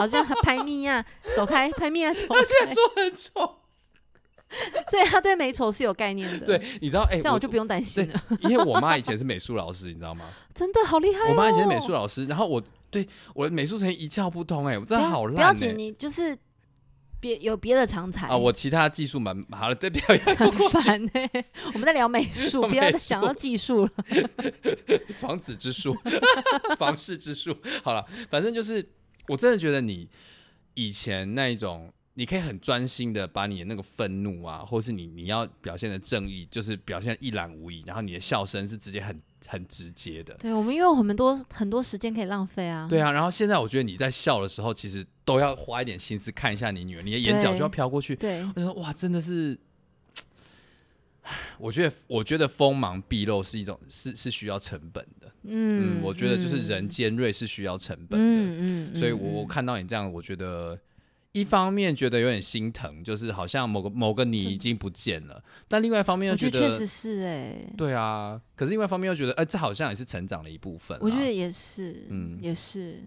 [SPEAKER 1] 好像他拍咪呀、走开，拍咪呀、走 *laughs*
[SPEAKER 2] 她竟
[SPEAKER 1] 开
[SPEAKER 2] 然。说很丑，
[SPEAKER 1] 所以他对美丑是有概念的。
[SPEAKER 2] 对，，你知道哎、
[SPEAKER 1] 这样我就不用担心了。
[SPEAKER 2] 因为我妈以前是美术老师，你知道吗？
[SPEAKER 1] 真的好厉害、哦！
[SPEAKER 2] 我妈以前是美术老师，然后我对我的美术成绩一窍不通、哎，我真
[SPEAKER 1] 不要
[SPEAKER 2] 的好
[SPEAKER 1] 不要
[SPEAKER 2] 烂、哎。
[SPEAKER 1] 紧，你就是别有别的长才
[SPEAKER 2] 啊，我其他技术蛮好了，再不要要
[SPEAKER 1] 很烦呢、我们在聊美术， *laughs*
[SPEAKER 2] 聊
[SPEAKER 1] 不要
[SPEAKER 2] 美
[SPEAKER 1] 再想到
[SPEAKER 2] 术
[SPEAKER 1] 技术了。
[SPEAKER 2] 床子之术、房事之术。好了，反正就是，我真的觉得你以前那一种，你可以很专心的把你的那个愤怒啊，或是你你要表现的正义，就是表现得一览无遗，然后你的笑声是直接很很直接的。
[SPEAKER 1] 对，我们因为我们多很多时间可以浪费啊。
[SPEAKER 2] 对啊，然后现在我觉得你在笑的时候，其实都要花一点心思看一下你女儿，你的眼角就要飘过去，
[SPEAKER 1] 对
[SPEAKER 2] 我就说哇，真的是，我觉得我觉得锋芒毕露是一种是是需要成本的，嗯
[SPEAKER 1] 嗯
[SPEAKER 2] 我觉得就是人
[SPEAKER 1] 嗯
[SPEAKER 2] 尖锐是需要成本的，
[SPEAKER 1] 嗯
[SPEAKER 2] 所以我我看到你这样，我觉得。一方面觉得有点心疼，就是好像某个某个你已经不见了，但另外一方面又
[SPEAKER 1] 我觉
[SPEAKER 2] 觉
[SPEAKER 1] 得
[SPEAKER 2] 得，
[SPEAKER 1] 确实是哎、
[SPEAKER 2] 对啊，可是另外一方面又觉得，哎、这好像也是成长的一部分啊。
[SPEAKER 1] 我觉得也是，
[SPEAKER 2] 嗯
[SPEAKER 1] 也是，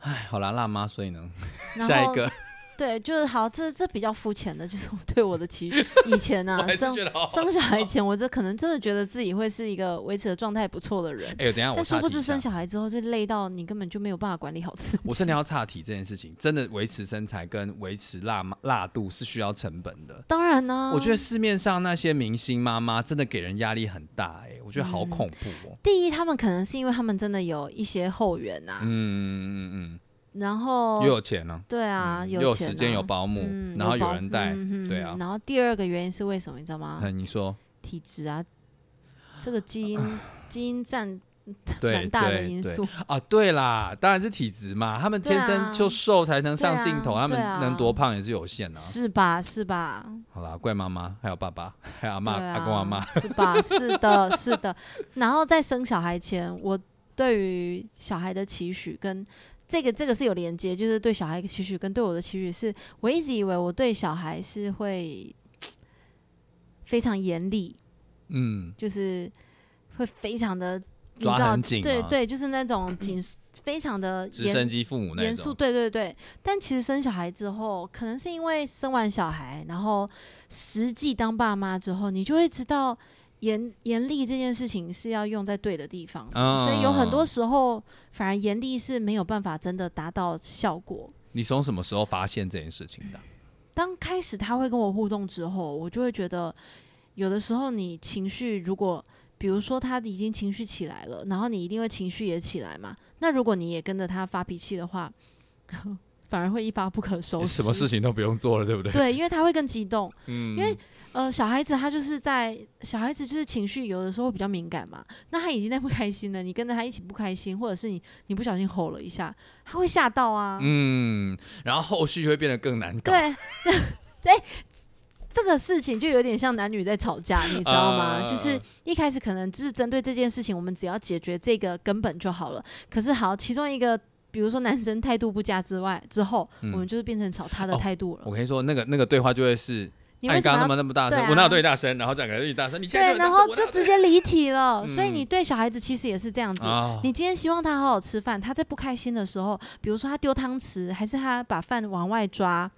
[SPEAKER 2] 哎，好啦，辣妈，所以呢，
[SPEAKER 1] 然
[SPEAKER 2] 下一
[SPEAKER 1] 后
[SPEAKER 2] 个，
[SPEAKER 1] 对，就是好，这这比较肤浅的，就是我对我的
[SPEAKER 2] *laughs*
[SPEAKER 1] 期许。以前
[SPEAKER 2] 我
[SPEAKER 1] 啊，
[SPEAKER 2] 还是
[SPEAKER 1] 生
[SPEAKER 2] 觉得好好
[SPEAKER 1] 生小孩前，我这可能真的觉得自己会是一个维持的状态不错
[SPEAKER 2] *laughs*
[SPEAKER 1] 的人，
[SPEAKER 2] 哎呦，等一下，我
[SPEAKER 1] 但殊
[SPEAKER 2] 岔
[SPEAKER 1] 不
[SPEAKER 2] 题
[SPEAKER 1] 知
[SPEAKER 2] 一下
[SPEAKER 1] 生。小孩之后就累到你根本就没有办法管理好自己。
[SPEAKER 2] 我真的要岔题这件事情，真的维持身材跟维持辣妈辣度是需要成本的。
[SPEAKER 1] 当然呢、
[SPEAKER 2] 我觉得市面上那些明星妈妈真的给人压力很大、哎，我觉得
[SPEAKER 1] 嗯
[SPEAKER 2] 好恐怖哦。
[SPEAKER 1] 第一，他们可能是因为他们真的有一些后援啊，
[SPEAKER 2] 嗯嗯嗯
[SPEAKER 1] 然
[SPEAKER 2] 嗯，
[SPEAKER 1] 后
[SPEAKER 2] 又有钱呢、
[SPEAKER 1] 对哦啊，
[SPEAKER 2] 嗯
[SPEAKER 1] 有
[SPEAKER 2] 又有
[SPEAKER 1] 钱
[SPEAKER 2] 时间，
[SPEAKER 1] 啊
[SPEAKER 2] 有保姆，
[SPEAKER 1] 嗯，
[SPEAKER 2] 然后有
[SPEAKER 1] 保
[SPEAKER 2] 人带。
[SPEAKER 1] 嗯嗯
[SPEAKER 2] 对啊
[SPEAKER 1] 嗯然后第二个原因是为什么，你知道吗？
[SPEAKER 2] 嗯，你
[SPEAKER 1] *laughs*
[SPEAKER 2] 说
[SPEAKER 1] 体质啊，这个基因基因占
[SPEAKER 2] 啊对
[SPEAKER 1] 蛮大的
[SPEAKER 2] 对
[SPEAKER 1] 因
[SPEAKER 2] 对
[SPEAKER 1] 素。
[SPEAKER 2] 啊？对啦，当然是体质嘛，他们
[SPEAKER 1] 对
[SPEAKER 2] 天
[SPEAKER 1] 啊
[SPEAKER 2] 生就瘦才能上镜
[SPEAKER 1] 对
[SPEAKER 2] 头，
[SPEAKER 1] 啊
[SPEAKER 2] 他们
[SPEAKER 1] 对啊
[SPEAKER 2] 能多胖也是有限的、啊。
[SPEAKER 1] 是吧？是吧？
[SPEAKER 2] 好啦，怪妈妈，还有爸爸，还有阿
[SPEAKER 1] 对
[SPEAKER 2] 妈、
[SPEAKER 1] 啊，
[SPEAKER 2] 阿公阿妈。
[SPEAKER 1] 是吧？是的，是的。然后在生小孩前，我对于小孩的期许跟这个这个是有连接，就是对小孩的期许跟对我的期许是，我一直以为我对小孩是会非常严厉，
[SPEAKER 2] 嗯，
[SPEAKER 1] 就是会非常的你
[SPEAKER 2] 抓
[SPEAKER 1] 知道
[SPEAKER 2] 很紧
[SPEAKER 1] 对
[SPEAKER 2] 吗
[SPEAKER 1] 对，就是那
[SPEAKER 2] *clears throat*
[SPEAKER 1] 种紧，非常的
[SPEAKER 2] 直
[SPEAKER 1] 严
[SPEAKER 2] 升机父母那
[SPEAKER 1] 严肃，
[SPEAKER 2] 种。
[SPEAKER 1] 对对对。但其实生小孩之后，可能是因为生完小孩，然后实际当爸妈之后，你就会知道严严厉这件事情是要用在对的地方的
[SPEAKER 2] 啊
[SPEAKER 1] 所以有很多时候，反而严厉是没有办法真的达到效果。
[SPEAKER 2] 你从什么时候发现这件事情的？
[SPEAKER 1] 当开始他会跟我互动之后，我就会觉得，有的时候你情绪如果，比如说他已经情绪起来了，然后你一定会情绪也起来嘛。那如果你也跟着他发脾气的话， *laughs* 反而会一发不可收拾。
[SPEAKER 2] 什么事？情都不用做了，对不对？
[SPEAKER 1] 对，因为他会更激动。
[SPEAKER 2] 嗯，
[SPEAKER 1] 因为呃，小孩子他就是在小孩子就是情绪有的时候会比较敏感嘛。那他已经在不开心了，你跟着他一起不开心，或者是你你不小心吼了一下，他会吓到啊。
[SPEAKER 2] 嗯，然后后续会变得更难搞。
[SPEAKER 1] 对， *laughs* 哎、这个事情就有点像男女在吵架，你知道吗？
[SPEAKER 2] 呃
[SPEAKER 1] 就是一开始可能只是针对这件事情，我们只要解决这个根本就好了。可是好，其中一个，比如说男生态度不佳之外，之后、
[SPEAKER 2] 嗯
[SPEAKER 1] 我们就是变成吵他的
[SPEAKER 2] 哦
[SPEAKER 1] 态度了。
[SPEAKER 2] 我跟你说，那个那个对话就会是，
[SPEAKER 1] 你
[SPEAKER 2] 哎
[SPEAKER 1] 为什
[SPEAKER 2] 刚
[SPEAKER 1] 么
[SPEAKER 2] 刚那
[SPEAKER 1] 要
[SPEAKER 2] 么那么大声，
[SPEAKER 1] 对啊
[SPEAKER 2] 我哪有对你大声？然后这两个人一起大声，你现在
[SPEAKER 1] 对，然后就直接离题了。
[SPEAKER 2] 嗯
[SPEAKER 1] 所以你对小孩子其实也是这样子。
[SPEAKER 2] 啊，
[SPEAKER 1] 你今天希望他好好吃饭，他在不开心的时候，比如说他丢汤匙，还是他把饭往外抓，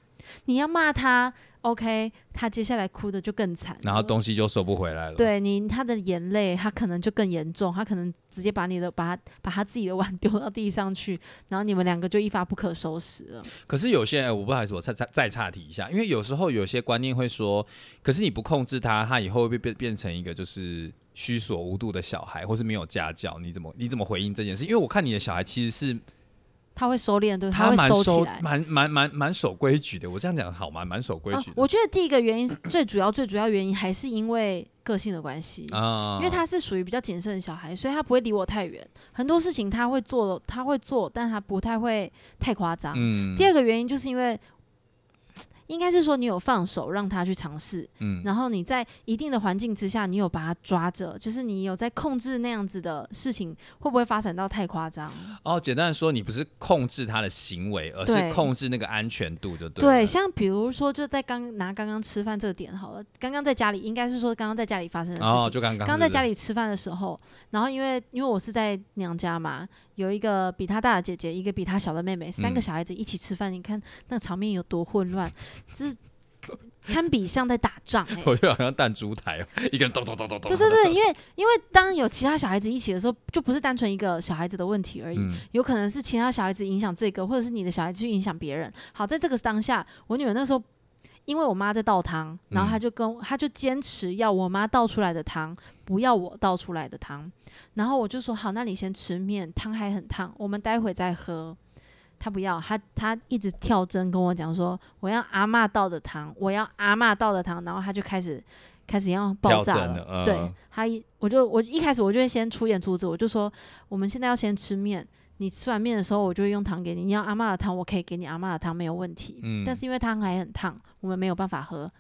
[SPEAKER 1] 你要骂他，OK，他接下来哭的就更惨。
[SPEAKER 2] 然后东西就收不回来了。，
[SPEAKER 1] 对你他的眼泪，他可能就更严重，他可能直接把你的把他把他自己的碗丢到地上去，然后你们两个就一发不可收拾了。
[SPEAKER 2] 可是有些人，哎我不好意思，我再再再岔题一下，因为有时候有些观念会说，可是你不控制他，他以后会被变变成一个就是虚所无度的小孩，或是没有家教，你怎么你怎么回应这件事？因为我看你的小孩其实是
[SPEAKER 1] 他会收敛，对，
[SPEAKER 2] 他
[SPEAKER 1] 会
[SPEAKER 2] 蛮
[SPEAKER 1] 收
[SPEAKER 2] 收
[SPEAKER 1] 起来。
[SPEAKER 2] 蛮蛮蛮蛮守规矩的，我这样讲好吗？蛮守规
[SPEAKER 1] 啊
[SPEAKER 2] 矩的
[SPEAKER 1] 我觉得第一个原因是最主要最主要原因还是因为个性的关系。
[SPEAKER 2] 啊
[SPEAKER 1] 因为他是属于比较谨慎的小孩，所以他不会离我太远。很多事情他会做，他会做，但他不太会太夸张。
[SPEAKER 2] 嗯
[SPEAKER 1] 第二个原因就是因为，应该是说你有放手让他去尝试，
[SPEAKER 2] 嗯
[SPEAKER 1] 然后你在一定的环境之下，你有把他抓着，就是你有在控制那样子的事情会不会发展到太夸张？
[SPEAKER 2] 哦，简单的说，你不是控制他的行为，而
[SPEAKER 1] 对
[SPEAKER 2] 是控制那个安全度就对了。
[SPEAKER 1] 对，像比如说就在刚拿刚刚吃饭这个点好了，刚刚在家里应该是说刚刚在家里发生的事情
[SPEAKER 2] 哦，，就刚刚
[SPEAKER 1] 刚在家
[SPEAKER 2] 里，
[SPEAKER 1] 里吃饭的时候，然后因为因为我是在娘家嘛，有一个比她大的姐姐，一个比她小的妹妹，三个
[SPEAKER 2] 嗯
[SPEAKER 1] 小孩子一起吃饭，你看那场面有多混乱，这堪比像在打仗哎、
[SPEAKER 2] *laughs* 我就好像弹珠台哦，一个人咚咚咚咚咚。
[SPEAKER 1] 对对对，因为因为当有其他小孩子一起的时候，就不是单纯一个小孩子的问题而已，
[SPEAKER 2] 嗯，
[SPEAKER 1] 有可能是其他小孩子影响这个，或者是你的小孩子去影响别人。好，在这个当下，我女儿那时候因为我妈在倒汤，然
[SPEAKER 2] 嗯
[SPEAKER 1] 后她就跟她就坚持要我妈倒出来的汤，不要我倒出来的汤。然后我就说好，那你先吃面，汤还很烫，我们待会再喝。她不要，她她一直跳针跟我讲说，我要阿嬷倒的汤，我要阿嬷倒的汤，然后她就开始开始要爆炸
[SPEAKER 2] 跳针
[SPEAKER 1] 了。
[SPEAKER 2] 了嗯
[SPEAKER 1] 对，她一我就我一开始我就会先出言出止，我就说我们现在要先吃面，你吃完面的时候，我就会用汤给你。你要阿嬷的汤，我可以给你阿嬷的汤，没有问题。
[SPEAKER 2] 嗯
[SPEAKER 1] 但是因为汤还很烫，我们没有办法喝。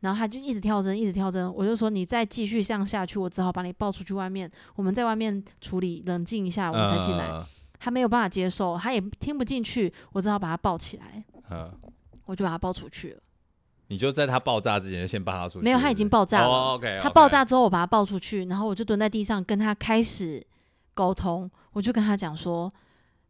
[SPEAKER 1] 然后他就一直跳针，一直跳针。我就说你再继续这样下去，我只好把你抱出去外面。我们在外面处理，冷静一下，我们才进来。
[SPEAKER 2] 嗯
[SPEAKER 1] 他没有办法接受，他也听不进去，我只好把他抱起来，
[SPEAKER 2] 嗯，
[SPEAKER 1] 我就把他抱出去了。
[SPEAKER 2] 你就在他爆炸之前先把他出去。
[SPEAKER 1] 没有
[SPEAKER 2] 对不对
[SPEAKER 1] 他已经爆炸了
[SPEAKER 2] 哦，OK，
[SPEAKER 1] 他爆炸之后，我把他抱出去，然后我就蹲在地上跟他开始沟通。我就跟他讲说：“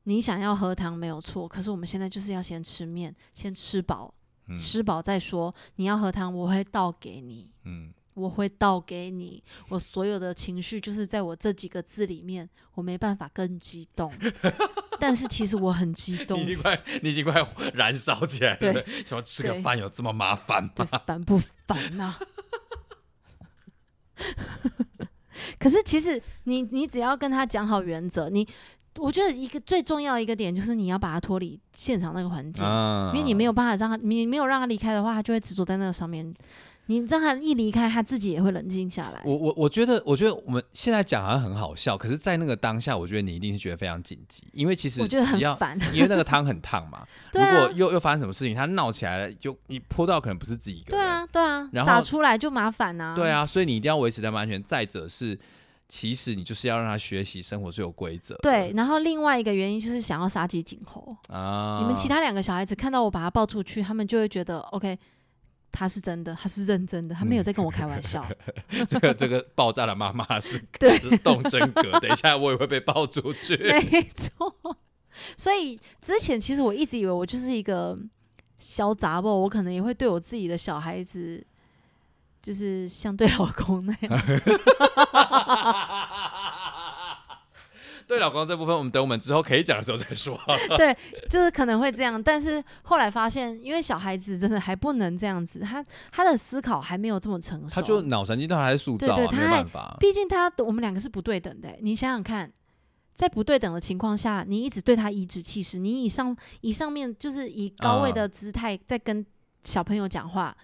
[SPEAKER 1] 你想要喝汤没有错，可是我们现在就是要先吃面，先吃饱，
[SPEAKER 2] 嗯
[SPEAKER 1] 吃饱再说。你要喝汤，我会倒给你，
[SPEAKER 2] 嗯，
[SPEAKER 1] 我会倒给你。我所有的情绪就是在我这几个字里面，我没办法更激动， *laughs* 但是其实我很激动
[SPEAKER 2] 你已，经快，你已经快 *laughs* 燃烧起来了，
[SPEAKER 1] 对
[SPEAKER 2] 对不对？想要吃个
[SPEAKER 1] 对
[SPEAKER 2] 饭有这么麻烦吗？
[SPEAKER 1] 对，
[SPEAKER 2] *laughs*
[SPEAKER 1] 烦不烦呐、啊 *laughs* 可是其实你你只要跟他讲好原则，你我觉得一个最重要一个点就是你要把他脱离现场那个环境，
[SPEAKER 2] 啊
[SPEAKER 1] 因为你没有办法让他，你没有让他离开的话，他就会执着在那个上面。你让他一离开，他自己也会冷静下来。
[SPEAKER 2] 我我我觉得，我觉得我们现在讲好像很好笑，可是，在那个当下，我觉得你一定是觉得非常紧急，因为其实
[SPEAKER 1] 我觉得很
[SPEAKER 2] 只要，
[SPEAKER 1] 烦，
[SPEAKER 2] *laughs* 因为那个汤很烫嘛。
[SPEAKER 1] *laughs* 对啊
[SPEAKER 2] 如果又又发生什么事情，他闹起来了，就你泼到可能不是自己一个
[SPEAKER 1] 对
[SPEAKER 2] 人。
[SPEAKER 1] 啊，对啊，
[SPEAKER 2] 然后
[SPEAKER 1] 撒出来就麻烦呐、
[SPEAKER 2] 对，啊，所以你一定要维持他们安全。再者是，其实你就是要让他学习生活是有规则的。
[SPEAKER 1] 对。然后另外一个原因就是想要杀鸡儆猴。
[SPEAKER 2] 啊，
[SPEAKER 1] 你们其他两个小孩子看到我把他抱出去，他们就会觉得 OK，他是真的，他是认真的，他没有在跟我开玩笑。
[SPEAKER 2] 嗯这个这个爆炸的妈妈是
[SPEAKER 1] *laughs* 对
[SPEAKER 2] 是动真格，等一下我也会被爆出去。
[SPEAKER 1] *laughs* 没错，所以之前其实我一直以为我就是一个小杂包，我可能也会对我自己的小孩子，就是像对老公那样。 *laughs*
[SPEAKER 2] 对，老公这部分我们等我们之后可以讲的时候再说。
[SPEAKER 1] 对，就是可能会这样，但是后来发现，因为小孩子真的还不能这样子，他他的思考还没有这么成熟，
[SPEAKER 2] *laughs* 他就脑神经都还在塑造、啊，
[SPEAKER 1] 对对他
[SPEAKER 2] 没有
[SPEAKER 1] 还
[SPEAKER 2] 办法。
[SPEAKER 1] 毕竟他我们两个是不对等的欸，你想想看，在不对等的情况下，你一直对他颐指气使，你以上以上面就是以高位的姿态在跟小朋友讲话，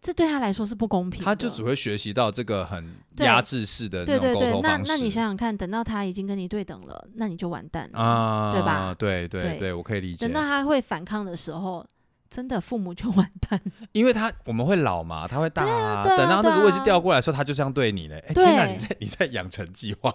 [SPEAKER 1] 这对他来说是不公平的。
[SPEAKER 2] 他就只会学习到这个很
[SPEAKER 1] 对
[SPEAKER 2] 压制式的
[SPEAKER 1] 对
[SPEAKER 2] 种
[SPEAKER 1] 对
[SPEAKER 2] 沟
[SPEAKER 1] 对，
[SPEAKER 2] 通
[SPEAKER 1] 那
[SPEAKER 2] 方式。
[SPEAKER 1] 那你想想看，等到他已经跟你对等了，那你就完蛋了。
[SPEAKER 2] 啊，
[SPEAKER 1] 对吧？
[SPEAKER 2] 对对
[SPEAKER 1] 对
[SPEAKER 2] 对，我可以理解
[SPEAKER 1] 等。到他会反抗的时候，真的父母就完蛋。
[SPEAKER 2] 因为他我们会老嘛，他会大啊。
[SPEAKER 1] 对啊
[SPEAKER 2] 等到那
[SPEAKER 1] 对啊
[SPEAKER 2] 个位置调过来的时候，他就这样对你嘞。哎，
[SPEAKER 1] 对
[SPEAKER 2] 天哪，你在你在养成计划